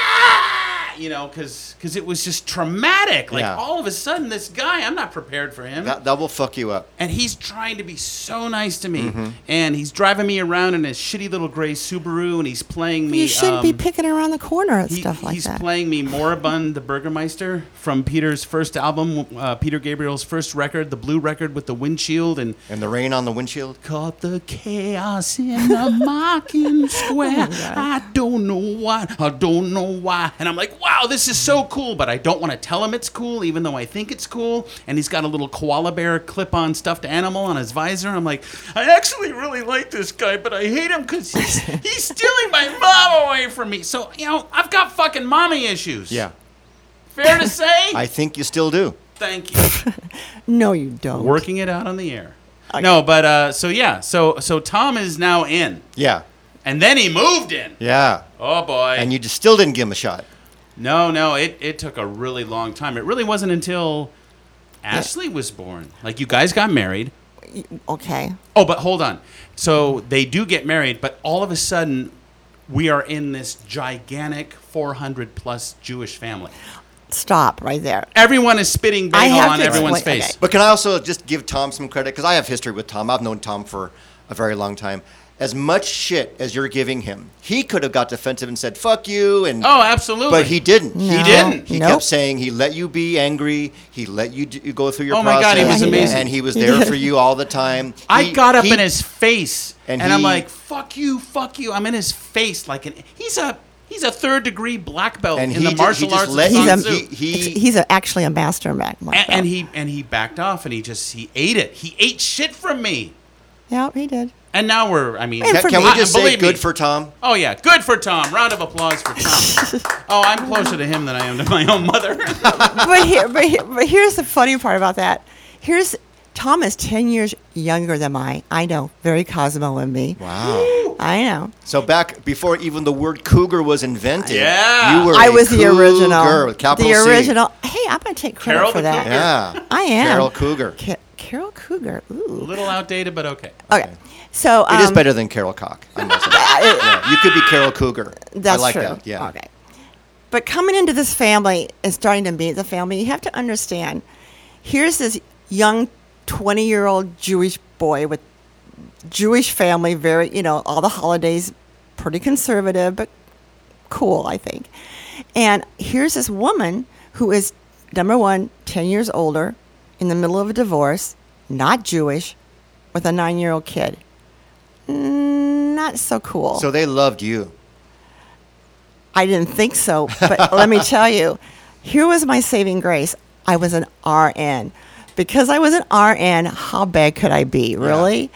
C: "Ah!" you know, because it was just traumatic. Like
A: Yeah.
C: all of a sudden, this guy, I'm not prepared for him.
A: That, that will fuck you up.
C: and he's trying to be so nice to me,
A: Mm-hmm.
C: and he's driving me around in his shitty little gray Subaru, and he's playing me.
B: You shouldn't be
C: um,
B: picking around the corner at
C: he-
B: stuff like
C: he's
B: that.
C: playing me Moribund the Burgermeister from Peter's first album, uh, Peter Gabriel's first record, the blue record with the windshield, and
A: And the rain on the windshield.
C: caught the chaos in the <laughs> mocking square. I don't know why. I don't know why. And I'm like, wow, this is so cool, but I don't want to tell him it's cool, even though I think it's cool. And he's got a little koala bear clip on stuffed animal on his visor. I'm like, I actually really like this guy, but I hate him because he's, he's stealing my mom away from me. So, you know, I've got fucking mommy issues. Fair to say?
A: I think you still do.
C: Thank you
B: No, you don't.
C: working it out on the air. No, but uh, so yeah, so so Tom is now in,
A: Yeah.
C: and then he moved in.
A: Yeah.
C: Oh boy!
A: And you just still didn't give him a shot.
C: no, no, it it took a really long time. It really wasn't until Ashley was born. Like you guys got married.
B: Okay.
C: Oh, but hold on. So they do get married, but all of a sudden, we are in this gigantic 400 plus Jewish family.
B: Stop right there.
C: Everyone is spitting
B: I
C: bagel
B: have
C: on
B: to
C: everyone's
B: explain-
C: face.
A: But can I also just give Tom some credit? Because I have history with Tom. I've known Tom for a very long time. As much shit as you're giving him, he could have got defensive and said "fuck you" and
C: Oh, absolutely.
A: but he didn't.
B: No.
C: He didn't.
A: He
B: Nope.
A: kept saying he let you be angry. He let you do, go through your
C: Oh my
A: process.
C: God, he was Yeah, <laughs> he did. amazing.
A: and he was there for you all the time.
C: I
A: He-
C: got up
A: he-
C: in his face,
A: and
C: and, I'm
A: he-
C: like, "Fuck you, fuck you!" I'm in his face like an. He's a he's a third degree black belt
A: And
C: in
A: he
C: the
A: ju- he
C: martial
A: just
C: arts. of
A: let-
B: He's
C: Sun
A: He's-
B: a,
C: Tzu.
A: he- he-
B: it's- he's a, actually a master in back.
C: and, and he and he backed off, and he just he ate it. He ate shit from me,
B: yeah, he did.
C: and now we're. I mean,
B: And
A: Can,
B: for
A: can
B: me.
A: we just
C: I-
A: say
C: believe
A: good
C: me.
A: for Tom?
C: Oh yeah, good for Tom. Round of applause for Tom. oh, I'm closer to him than I am to my own mother. <laughs>
B: but here, but here, but here's the funny part about that. Here's Tom is ten years younger than I. I know, very Cosmo in me.
C: Oh.
A: Wow.
B: I know.
A: So back before even the word cougar was invented,
C: Yeah.
A: you were
B: I
A: a
B: was the
A: cougar
B: original.
A: with capital
B: the
A: C.
B: original. Hey, I'm gonna take credit
C: Carol
B: for
C: the
B: that.
C: Cougar.
A: Yeah.
B: I am
A: Carol Cougar. It is
B: Ca- Carol Cougar.
C: a
B: Ooh.
C: little outdated, but okay.
B: Okay. So um,
A: better than Carol Cock. I must say. Yeah, you could be Carol Cougar.
B: <laughs> That's
A: I like
B: true.
A: that. Yeah.
B: Okay. But coming into this family and starting to meet the family, you have to understand. Here's this young, twenty-year-old Jewish boy with Jewish family, very you know, all the holidays, pretty conservative, but cool, I think. And here's this woman who is number one, ten years older, in the middle of a divorce, not Jewish, with a nine-year-old kid. Mm, Not so cool.
A: So they loved you.
B: I didn't think so,
A: <laughs>
B: but let me tell you, here was my saving grace. I was an RN. Because I was an RN, how bad could I be, really?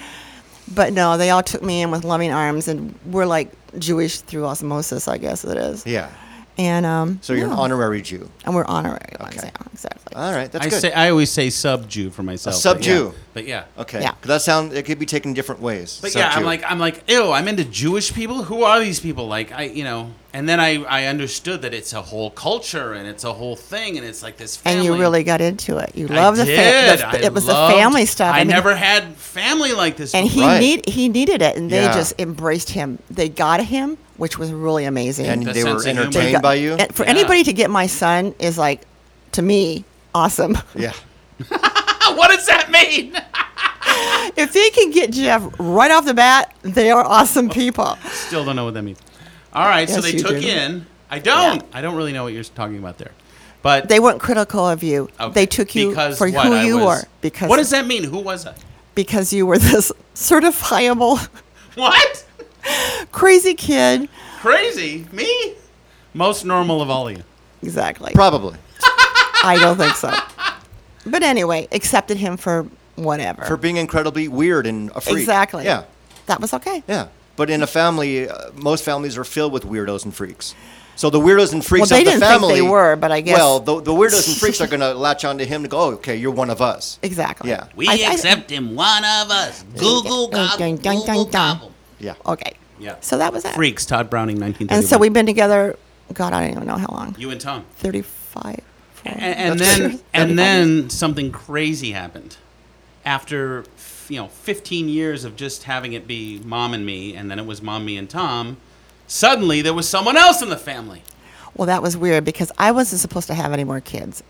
B: But no, they all took me in with loving arms, and we're like Jewish through osmosis, I guess it is.
A: Yeah.
B: And um,
A: So you're
B: yeah.
A: an honorary Jew.
B: and we're honorary ones,
A: Okay.
B: yeah, exactly.
A: All right. That's
C: I
A: good.
C: say I always say sub Jew for myself.
A: sub
C: but yeah.
A: Jew.
C: but yeah.
A: Okay.
B: Yeah.
A: 'Cause That sound it could be taken different ways.
C: But
A: So
C: yeah, I'm
A: too.
C: like, I'm like, ew, I'm into Jewish people. Who are these people? Like, I, you know, and then I, I understood that it's a whole culture and it's a whole thing, and it's like this. Family.
B: and you really got into it. You
C: I
B: love the,
C: did.
B: fa-
C: I
B: the It was
C: loved-
B: the family stuff.
C: I,
B: mean,
C: never had family like this.
B: And he
C: before.
A: Right.
B: need he needed it, and they
A: Yeah.
B: just embraced him. They got him, which was really amazing.
A: and
C: The
A: they
C: sense
A: were
C: of humor.
A: entertained
C: Got-
A: by you.
B: And for
C: Yeah.
B: anybody to get my son is like, to me, awesome. <laughs>
A: yeah.
C: <laughs> what does that mean?
B: if they can get Jeff right off the bat, they are awesome
C: Oh.
B: people.
C: <laughs> Still don't know what that means. All right, so
B: Yes,
C: they
B: you
C: took
B: do.
C: in. I don't. I don't really know what you're talking about there, but
B: They weren't critical of you. They took you
C: because
B: for
C: what?
B: who
C: I
B: you
C: was-
B: were because
C: what does that mean? Who was I? <laughs>
B: because you were this <laughs> certifiable <laughs>
C: What?
B: crazy kid.
C: Crazy me? Most normal of all of you.
B: Exactly.
A: Probably.
B: I don't think
C: <laughs>
B: so. But anyway, accepted him for whatever.
A: For being incredibly weird and a freak.
B: exactly.
A: Yeah.
B: That was okay.
A: Yeah. But in a family, uh, most families are filled with weirdos and freaks. So the weirdos and freaks
B: Well, they
A: of the
B: didn't think they
A: family.
B: were, but I guess-
A: Well, the, the weirdos and freaks are going to latch onto him and go, oh, okay, you're one of us.
B: Exactly.
A: Yeah.
D: We
B: I- I-
D: accept him, one of us. Google
B: Dun, dun,
D: gobble,
B: dun,
D: Google
B: dun, dun.
D: gobble.
A: Yeah.
B: Okay.
C: Yeah.
B: So that was that.
C: Freaks. Todd Browning, 1931.
B: And so we've been together. God, I don't even know how long.
C: You and Tom.
B: 35. 40.
C: and, and
A: That's
C: then
A: true.
C: and then something crazy happened after f- you know 15 years of just having it be mom and me and then it was mom me and tom suddenly there was someone else in the family
B: Well, that was weird because I wasn't supposed to have any more kids.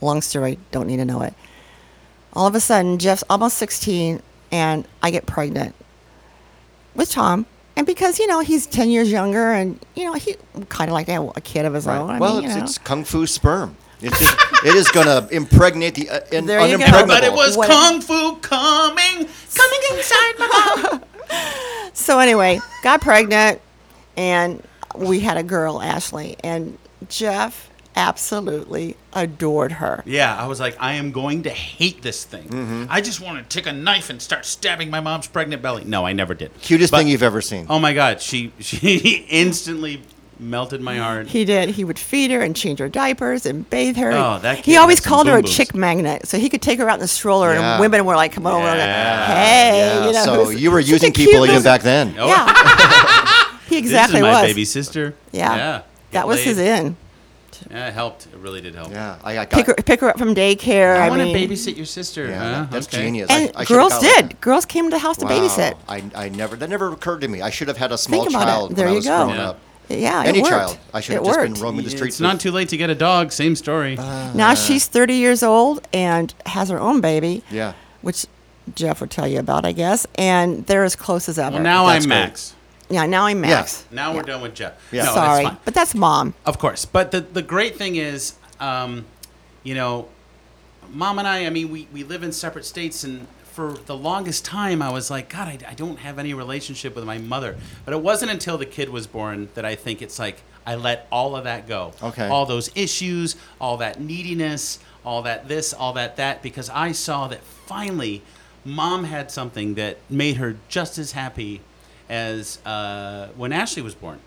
B: Long story, don't need to know it. All of a sudden, Jeff's almost 16, and I get pregnant with Tom. And because, you know, he's 10 years younger, and, you know, he kind of like to have a kid of his own. I
A: well,
B: mean, you
A: it's,
B: know.
A: it's kung fu sperm. It's just, it is going to impregnate the uh, un-
B: There you go.
A: unimpregnable.
C: but it was
B: What-
C: kung fu coming coming inside my
B: so anyway, got pregnant, and we had a girl, Ashley, and Jeff absolutely adored her.
C: yeah i was like i am going to hate this thing
A: Mm-hmm.
C: i just want to take a knife and start stabbing my mom's pregnant belly no i never did
A: Cutest
C: But-
A: thing you've ever seen.
C: oh my god she she <laughs> instantly melted my heart
B: He did. He would feed her and change her diapers and bathe her.
C: Oh, that
B: he
C: kid
B: always
C: had some
B: called her a
C: boom-boos.
B: chick magnet, so he could take her out in the stroller,
A: Yeah.
B: and women were like, "Come over, like,
C: Yeah.
B: hey,
A: yeah.
B: you know."
A: so
B: who's-
A: you were
B: she's a
A: using
B: cute
A: people even
B: little-
A: back then.
C: Oh.
B: Yeah,
C: <laughs>
B: he exactly
C: this is my
B: was.
C: baby sister
B: Yeah,
C: Get
B: that was his
C: laid.
B: in.
C: Yeah, it helped. It really did help.
A: Yeah, I, I got
B: Pick her, pick her up from daycare.
C: I,
B: I,
C: want
B: mean,
C: to babysit your sister.
A: Yeah,
C: huh?
A: that- that's
C: Uh-huh, Okay.
A: genius. I-
B: And
A: I should've
B: girls
A: got like
B: did.
A: that.
B: girls came to the house to babysit.
A: I, I never that never occurred to me. I should have had a small
B: Think about it.
A: child
B: There
A: when I
B: you
A: was
B: go.
A: growing
C: Yeah.
A: up.
B: Yeah, it
A: Any
B: worked.
A: child, I should
B: It
A: have just
B: worked.
A: been roaming the Uh, streets.
C: It's not
A: with-
C: too late to get a dog. Same story.
B: Now she's 30 years old and has her own baby.
A: Yeah.
B: Which Jeff would tell you about, I guess. And they're as close as ever.
C: well, now
A: That's
C: I'm
A: great.
C: Max.
B: yeah, now I'm Max.
C: Now we're done with Jeff.
A: Yeah.
C: No,
B: Sorry.
C: that's fine.
B: But that's mom.
C: Of course. But the, the great thing is, um, you know, mom and I, I mean, we, we live in separate states. And for the longest time, I was like, God, I, I don't have any relationship with my mother. But it wasn't until the kid was born that I think it's like I let all of that go.
A: Okay.
C: All those issues, all that neediness, all that this, all that that, because I saw that finally mom had something that made her just as happy as uh, when Ashley was born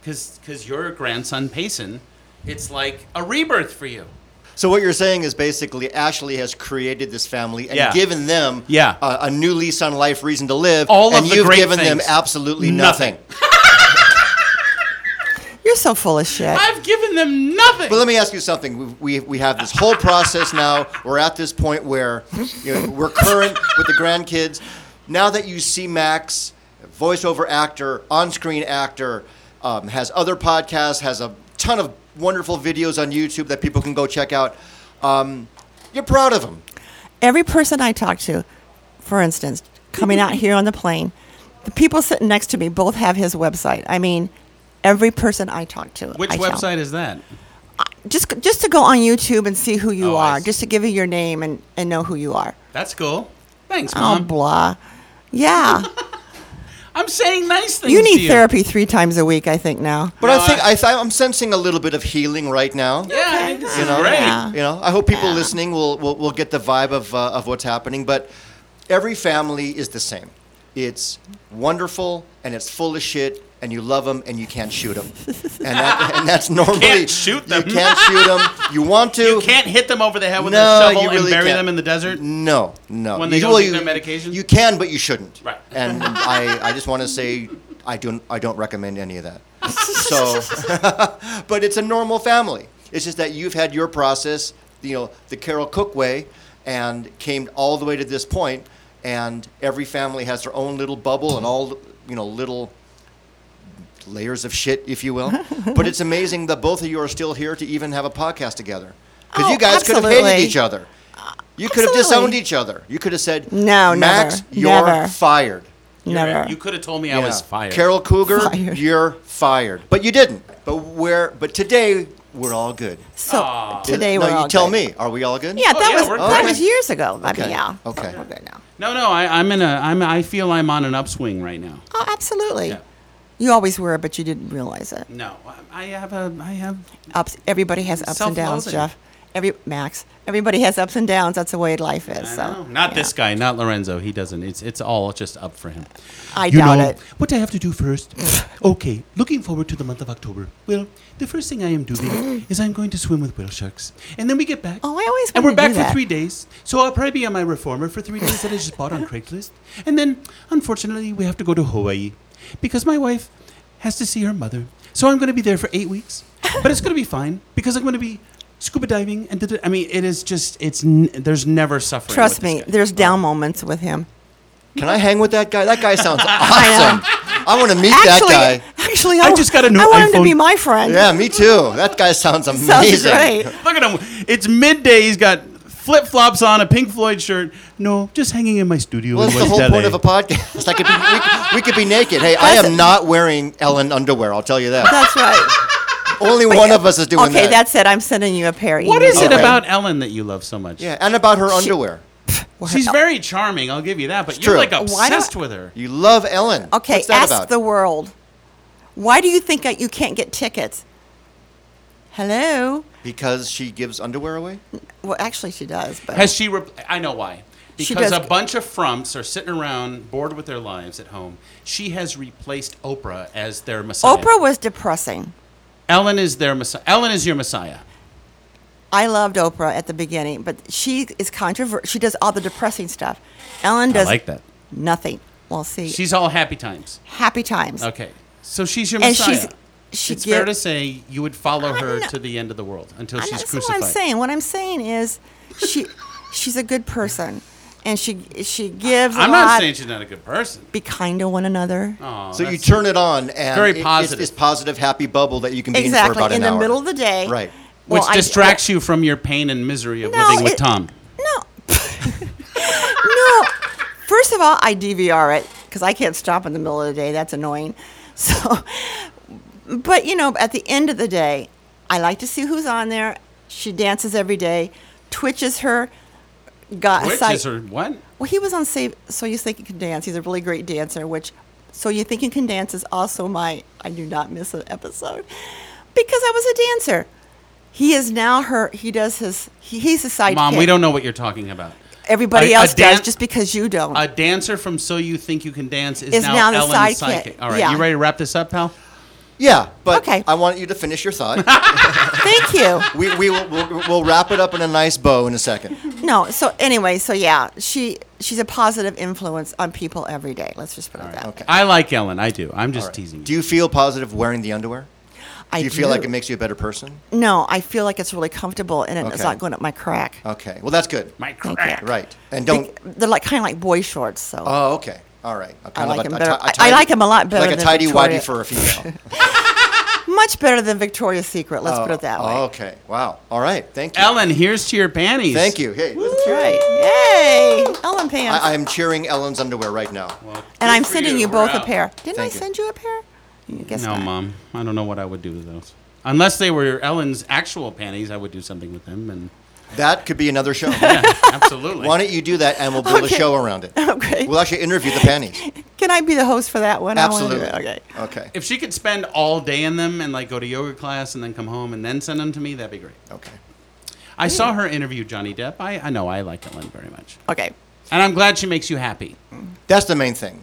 C: because because your grandson Payson, it's like a rebirth for you.
A: So what you're saying is basically Ashley has created this family and
C: Yeah.
A: given them
C: Yeah.
A: a, a new lease on life, reason to live,
C: All
A: and
C: of the
A: you've
C: great
A: given them
C: things.
A: absolutely nothing.
C: Nothing.
B: You're so full of shit.
C: I've given them nothing.
A: But let me ask you something. We, we, we have this whole process now. We're at this point where you know, we're current with the grandkids. Now that you see Max, voiceover actor, on screen actor, um, has other podcasts, has a ton of wonderful videos on YouTube that people can go check out. Um, you're proud of him.
B: Every person I talk to, for instance, coming out here on the plane, the people sitting next to me both have his website. I mean, every person I talk to.
C: Which
B: I tell.
C: website is that?
B: Just just to go on YouTube and see who you
C: Oh, I
B: are,
C: see.
B: just to give you your name and, and know who you are.
C: That's cool. Thanks,
B: Oh,
C: mom.
B: blah.
C: <laughs>
B: Yeah.
C: I'm saying nice things.
B: you
C: to
B: need therapy three times a week, I think, now.
A: But
C: No,
A: I think
C: I-
A: I th- I'm sensing a little bit of healing right now.
C: Yeah, I think this is great.
B: Yeah.
A: You know, I hope people listening will, will will get the vibe of uh, of what's happening. But every family is the same. It's wonderful and it's full of shit, and you love them and you can't shoot them, and, that, and
C: <laughs>
A: that's normally
C: shoot
A: You
C: them.
A: can't shoot 'em. You want to.
C: <laughs> You can't hit them over the head with
A: No,
C: a shovel
A: you really
C: and bury
A: can't.
C: them in the desert.
A: No, no.
C: When they
A: You-
C: don't
A: well,
C: take
A: you-
C: their medication?
A: you can, but you shouldn't.
C: Right. <laughs>
A: And I, I just want to say, I don't, I don't recommend any of
C: <laughs>
A: that. So, <laughs> but it's a normal family. It's just that you've had your process, you know, the Carol Cook way, and came all the way to this point, and every family has their own little bubble and all, you know, little layers of shit, if you will. but it's amazing that both of you are still here to even have a podcast together. Because
B: Oh,
A: you guys could have hated
B: absolutely. Uh,
A: each other. You could have
B: Absolutely.
A: disowned each other. You could have said,
B: No,
A: Max,
B: never,
A: you're
B: never."
A: fired."
C: You're-
B: Never.
C: You could have told me I
A: Yeah.
C: was fired.
A: Carol Cougar,
B: Fired.
A: you're fired. But you didn't. But where? But today we're all good.
B: so today
A: no,
B: we're
A: you
B: all
A: tell
B: good.
A: me. Are we all good?
B: Yeah, that
C: Oh, yeah,
B: was
C: we're
B: that
A: good.
B: was years ago. I mean,
A: Okay.
B: yeah.
A: Okay.
B: We're good now.
C: No, no. I, I'm in a. I'm. I feel I'm on an upswing right now.
B: Oh, absolutely.
C: Yeah.
B: You always were, but you didn't realize it.
C: No, I- I have a. I have.
B: Ups. Everybody has ups and downs,
C: Self-loathing.
B: Jeff. Every Max. Everybody has ups and downs. That's the way life is.
C: I
B: so
C: know. Not
B: yeah.
C: this guy. Not Lorenzo. He doesn't. It's. It's all just up for him.
B: I doubt it.
E: What I have to do
B: <laughs>
E: first? okay, looking forward to the month of October. Well, the first thing I am
B: <gasps>
E: doing is I'm going to swim with whale sharks, and then we get back.
B: Oh, I always
E: and we're
B: wanted to
E: back
B: do
E: for
B: that.
E: three days. So I'll probably be on my reformer for three days that I just bought on Craigslist, and then unfortunately we have to go to Hawaii because my wife has to see her mother. So I'm going to be there for eight weeks, but it's going to be fine because I'm going to be scuba diving and. da-da-
C: I mean, it is just. It's. N- there's never suffering.
B: Trust
C: with this
B: me.
C: guy.
B: There's down moments with him.
A: Can I hang with that guy? That guy
B: <laughs>
A: sounds
B: know.
A: awesome. I want to meet
B: Actually,
A: that guy.
B: actually, I,
E: I
B: wa-
E: just got a new
B: I want him to
E: iPhone.
B: be my friend.
A: Yeah, me too. That guy sounds amazing.
B: <laughs> Sounds great.
C: Look at him. It's midday. He's got flip flops on, a Pink Floyd shirt.
E: No, just hanging in my studio.
A: Well,
E: in
A: that's the
E: West
A: whole point
E: LA.
A: of a podcast. I could be, we, could- we could be naked. Hey, I am not wearing Ellen underwear. I'll tell you that.
B: That's
C: <laughs>
B: right.
A: Only one of us is doing
B: okay,
A: that.
B: that's it. I'm sending you a pair.
C: What is it
A: Okay.
C: about Ellen that you love so much?
A: yeah, and about her underwear.
C: She's very charming. I'll give you that. But you're
A: true.
C: like
A: Why
C: obsessed
B: not-
C: with her.
A: You love Ellen.
B: Okay,
A: What's that
B: ask
A: about?
B: the world. Why do you think that you can't get tickets? Hello.
A: because she gives underwear away.
C: Oh,
B: Well, actually, she does, but
C: Has she? Re- I know why.
B: She
C: Because
B: does-
C: a bunch of frumps are sitting around bored with their lives at home. She has replaced Oprah as their messiah.
B: Oprah was depressing.
C: Ellen is their messiah. Ellen is your messiah.
B: I loved Oprah at the beginning, but she is controversial. She does all the depressing stuff. Ellen does
C: like that.
B: nothing. Well, see,
C: She's all happy times.
B: happy times.
C: Okay. So she's your
B: And
C: messiah.
B: she's- she
C: it's fair
B: give-
C: to say you would follow her
B: know.
C: to the end of the world until
B: I know,
C: she's
B: that's
C: crucified.
B: what I'm saying. What I'm saying is, she, she's a good person. and she she gives. a
C: I'm not
B: lot.
C: saying she's not a good person.
B: be kind to one another.
C: Oh,
A: So you
C: that's-
A: turn it on, and
C: Very
A: it- it's
C: positive.
A: this positive, happy bubble that you can be in for
B: exactly
A: about
B: in
A: an
B: the
A: hour.
B: middle of the day.
A: Right.
B: Well,
C: which
B: I-
C: distracts you from your pain and misery of
B: No,
C: living with
B: it-
C: Tom.
B: No. <laughs> no. First of all, I DVR it because I can't stop in the middle of the day. That's annoying. <laughs> So, but you know, at the end of the day, I like to see who's on there. She dances every day. Twitch is her. Got
C: Which
B: site-
C: is her what?
B: Well, he was on Save So You Think You Can Dance. He's a really great dancer, which So You Think You Can Dance is also my I do not miss an episode because I was a dancer. He is now her. He does his. He, he's a sidekick.
C: Mom, we don't know what you're talking about.
B: Everybody
C: A- a
B: else does
C: dan-
B: just because you don't. <laughs>
C: A dancer from So You Think You Can Dance is,
B: Is now the
C: Ellen's
B: sidekick.
C: psychic. All right,
B: Yeah.
C: you ready to wrap this up, pal?
A: Yeah, but
B: Okay.
A: I want you to finish your thought.
C: <laughs>
B: Thank you.
A: we we will we'll, we'll wrap it up in a nice bow in a second.
B: No. So anyway, so yeah, she she's a positive influence on people every day. Let's just put it that.
A: Okay.
C: I like Ellen. I do. I'm just
A: All right.
C: teasing
A: Do
C: you.
A: you feel positive wearing the underwear?
B: I
A: do you feel like it makes you a better person?
B: No, I feel like it's really comfortable and it's
A: Okay. Oh.
B: not going up my crack.
A: Okay. Well, that's good.
C: My
B: Thank
C: crack.
B: you.
A: Right. And
B: Be-
A: don't.
B: They're like kind of like boy shorts. So.
A: Oh, okay. All right. A kind of
B: like
A: a-
B: him
A: a
B: better-
A: ti- a
B: I- I
A: tidy-
B: like him a lot better
A: Like a
B: than
A: tidy
B: Victoria.
A: whitey for a female.
B: Much better than Victoria's Secret. <laughs> Let's put it that way.
A: Oh, okay. Wow. All right. Thank you.
C: Ellen, here's to your panties.
A: Thank you. Hey,
B: That's right. Yay! Ellen pants.
A: I, I am cheering Ellen's underwear right now.
B: and I'm
C: for
B: sending
C: you.
B: you both
C: We're
B: a
C: out.
B: pair. Didn't
A: Thank
B: I
A: you.
B: send you a pair? I guess
C: No,
B: not.
C: Mom. I don't know what I would do with those. Unless they were Ellen's actual panties, I would do something with them. And <laughs>
A: That could be another show.
C: yeah, absolutely.
A: Why don't you do that and we'll build
B: Okay.
A: a show around it?
B: <laughs> Okay.
A: We'll actually interview the panties.
B: Can I be the host for <laughs> that one? I wanna do
A: Absolutely.
B: it. Okay.
A: Okay.
C: if she could spend all day in them and like go to yoga class and then come home and then send them to me, that'd be great.
A: Okay.
C: I saw her interview Johnny Depp. I, I know I like Ellen very much.
B: Okay.
C: And I'm glad she makes you happy.
A: That's the main thing.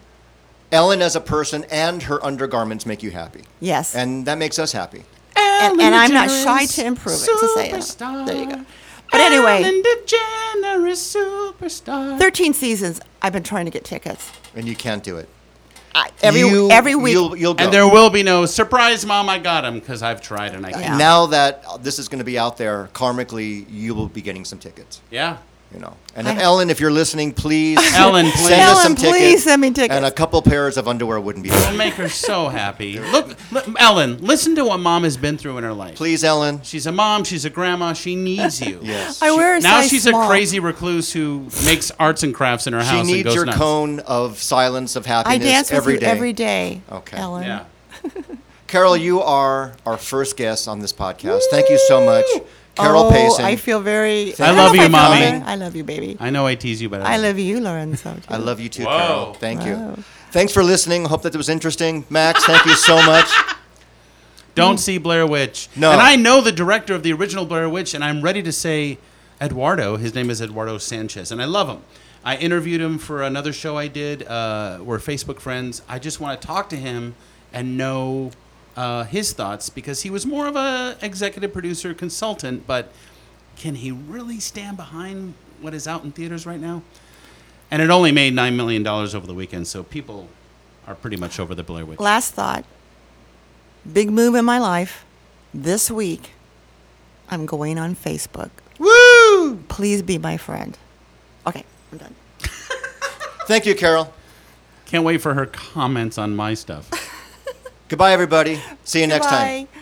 A: Ellen as a person and her undergarments make you happy.
B: Yes.
A: And that makes us happy.
B: and, and I'm not shy to improve it. To say it. There you go. But anyway,
C: Ellen DeGeneres superstar.
B: 13 seasons. I've been trying to get tickets.
A: And you can't do it.
B: I, every
A: You-
B: every week.
A: You'll, you'll go.
C: and there will be no surprise, Mom. I got him because I've tried and I can't.
B: Yeah.
A: Now that this is going to be out there, karmically, you will be getting some tickets.
C: Yeah.
A: You know. And
B: I-
A: Ellen, if you're listening,
B: <laughs>
A: please
C: Ellen, please.
A: send us some
B: Ellen, please
A: tickets.
B: send me tickets.
A: And a couple pairs of underwear wouldn't be bad.
C: It'll make her so happy. Look, look, Ellen, listen to what Mom has been through in her life.
A: Please, Ellen.
C: She's a mom. She's a grandma. She
B: <laughs>
C: needs you.
A: Yes.
B: I wear a
C: Now
B: size
C: she's a
B: small.
C: crazy recluse who makes arts and crafts in her
A: She
C: house and
A: needs
C: goes
A: your
C: nuts.
A: cone of silence of
B: I
A: happiness
B: dance with
A: every
B: you
A: day.
B: every day.
A: Okay.
B: Ellen.
C: Yeah.
A: Carol, you are our first guest on this podcast. Thank you so much. Carol
B: oh,
A: Payson.
B: I feel very.
A: I
B: don't
A: love
B: know if
A: you,
B: I feel
A: mommy.
B: better. I love you, baby.
C: I know I tease you, but
B: I love you, Lorenzo. too.
A: I love you too,
C: Whoa.
A: Carol. Thank
B: Wow.
A: you. Thanks for listening. Hope that it was interesting. Max, thank you so
B: <laughs>
A: much.
C: Don't see Blair Witch.
A: No.
C: And I know the director of the original Blair Witch, and I'm ready to say Eduardo. His name is Eduardo Sanchez, and I love him. I interviewed him for another show I did. Uh, we're Facebook friends. I just want to talk to him and know uh, his thoughts because he was more of a executive producer consultant, but can he really stand behind what is out in theaters right now? And it only made nine million dollars over the weekend, so people are pretty much over the Blair Witch.
B: Last thought. Big move in my life. This week, I'm going on Facebook. Woo! Please be my friend. Okay, I'm done.
A: Thank you, Carol.
C: Can't wait for her comments on my stuff.
A: Goodbye, everybody. See you next time.
B: Bye.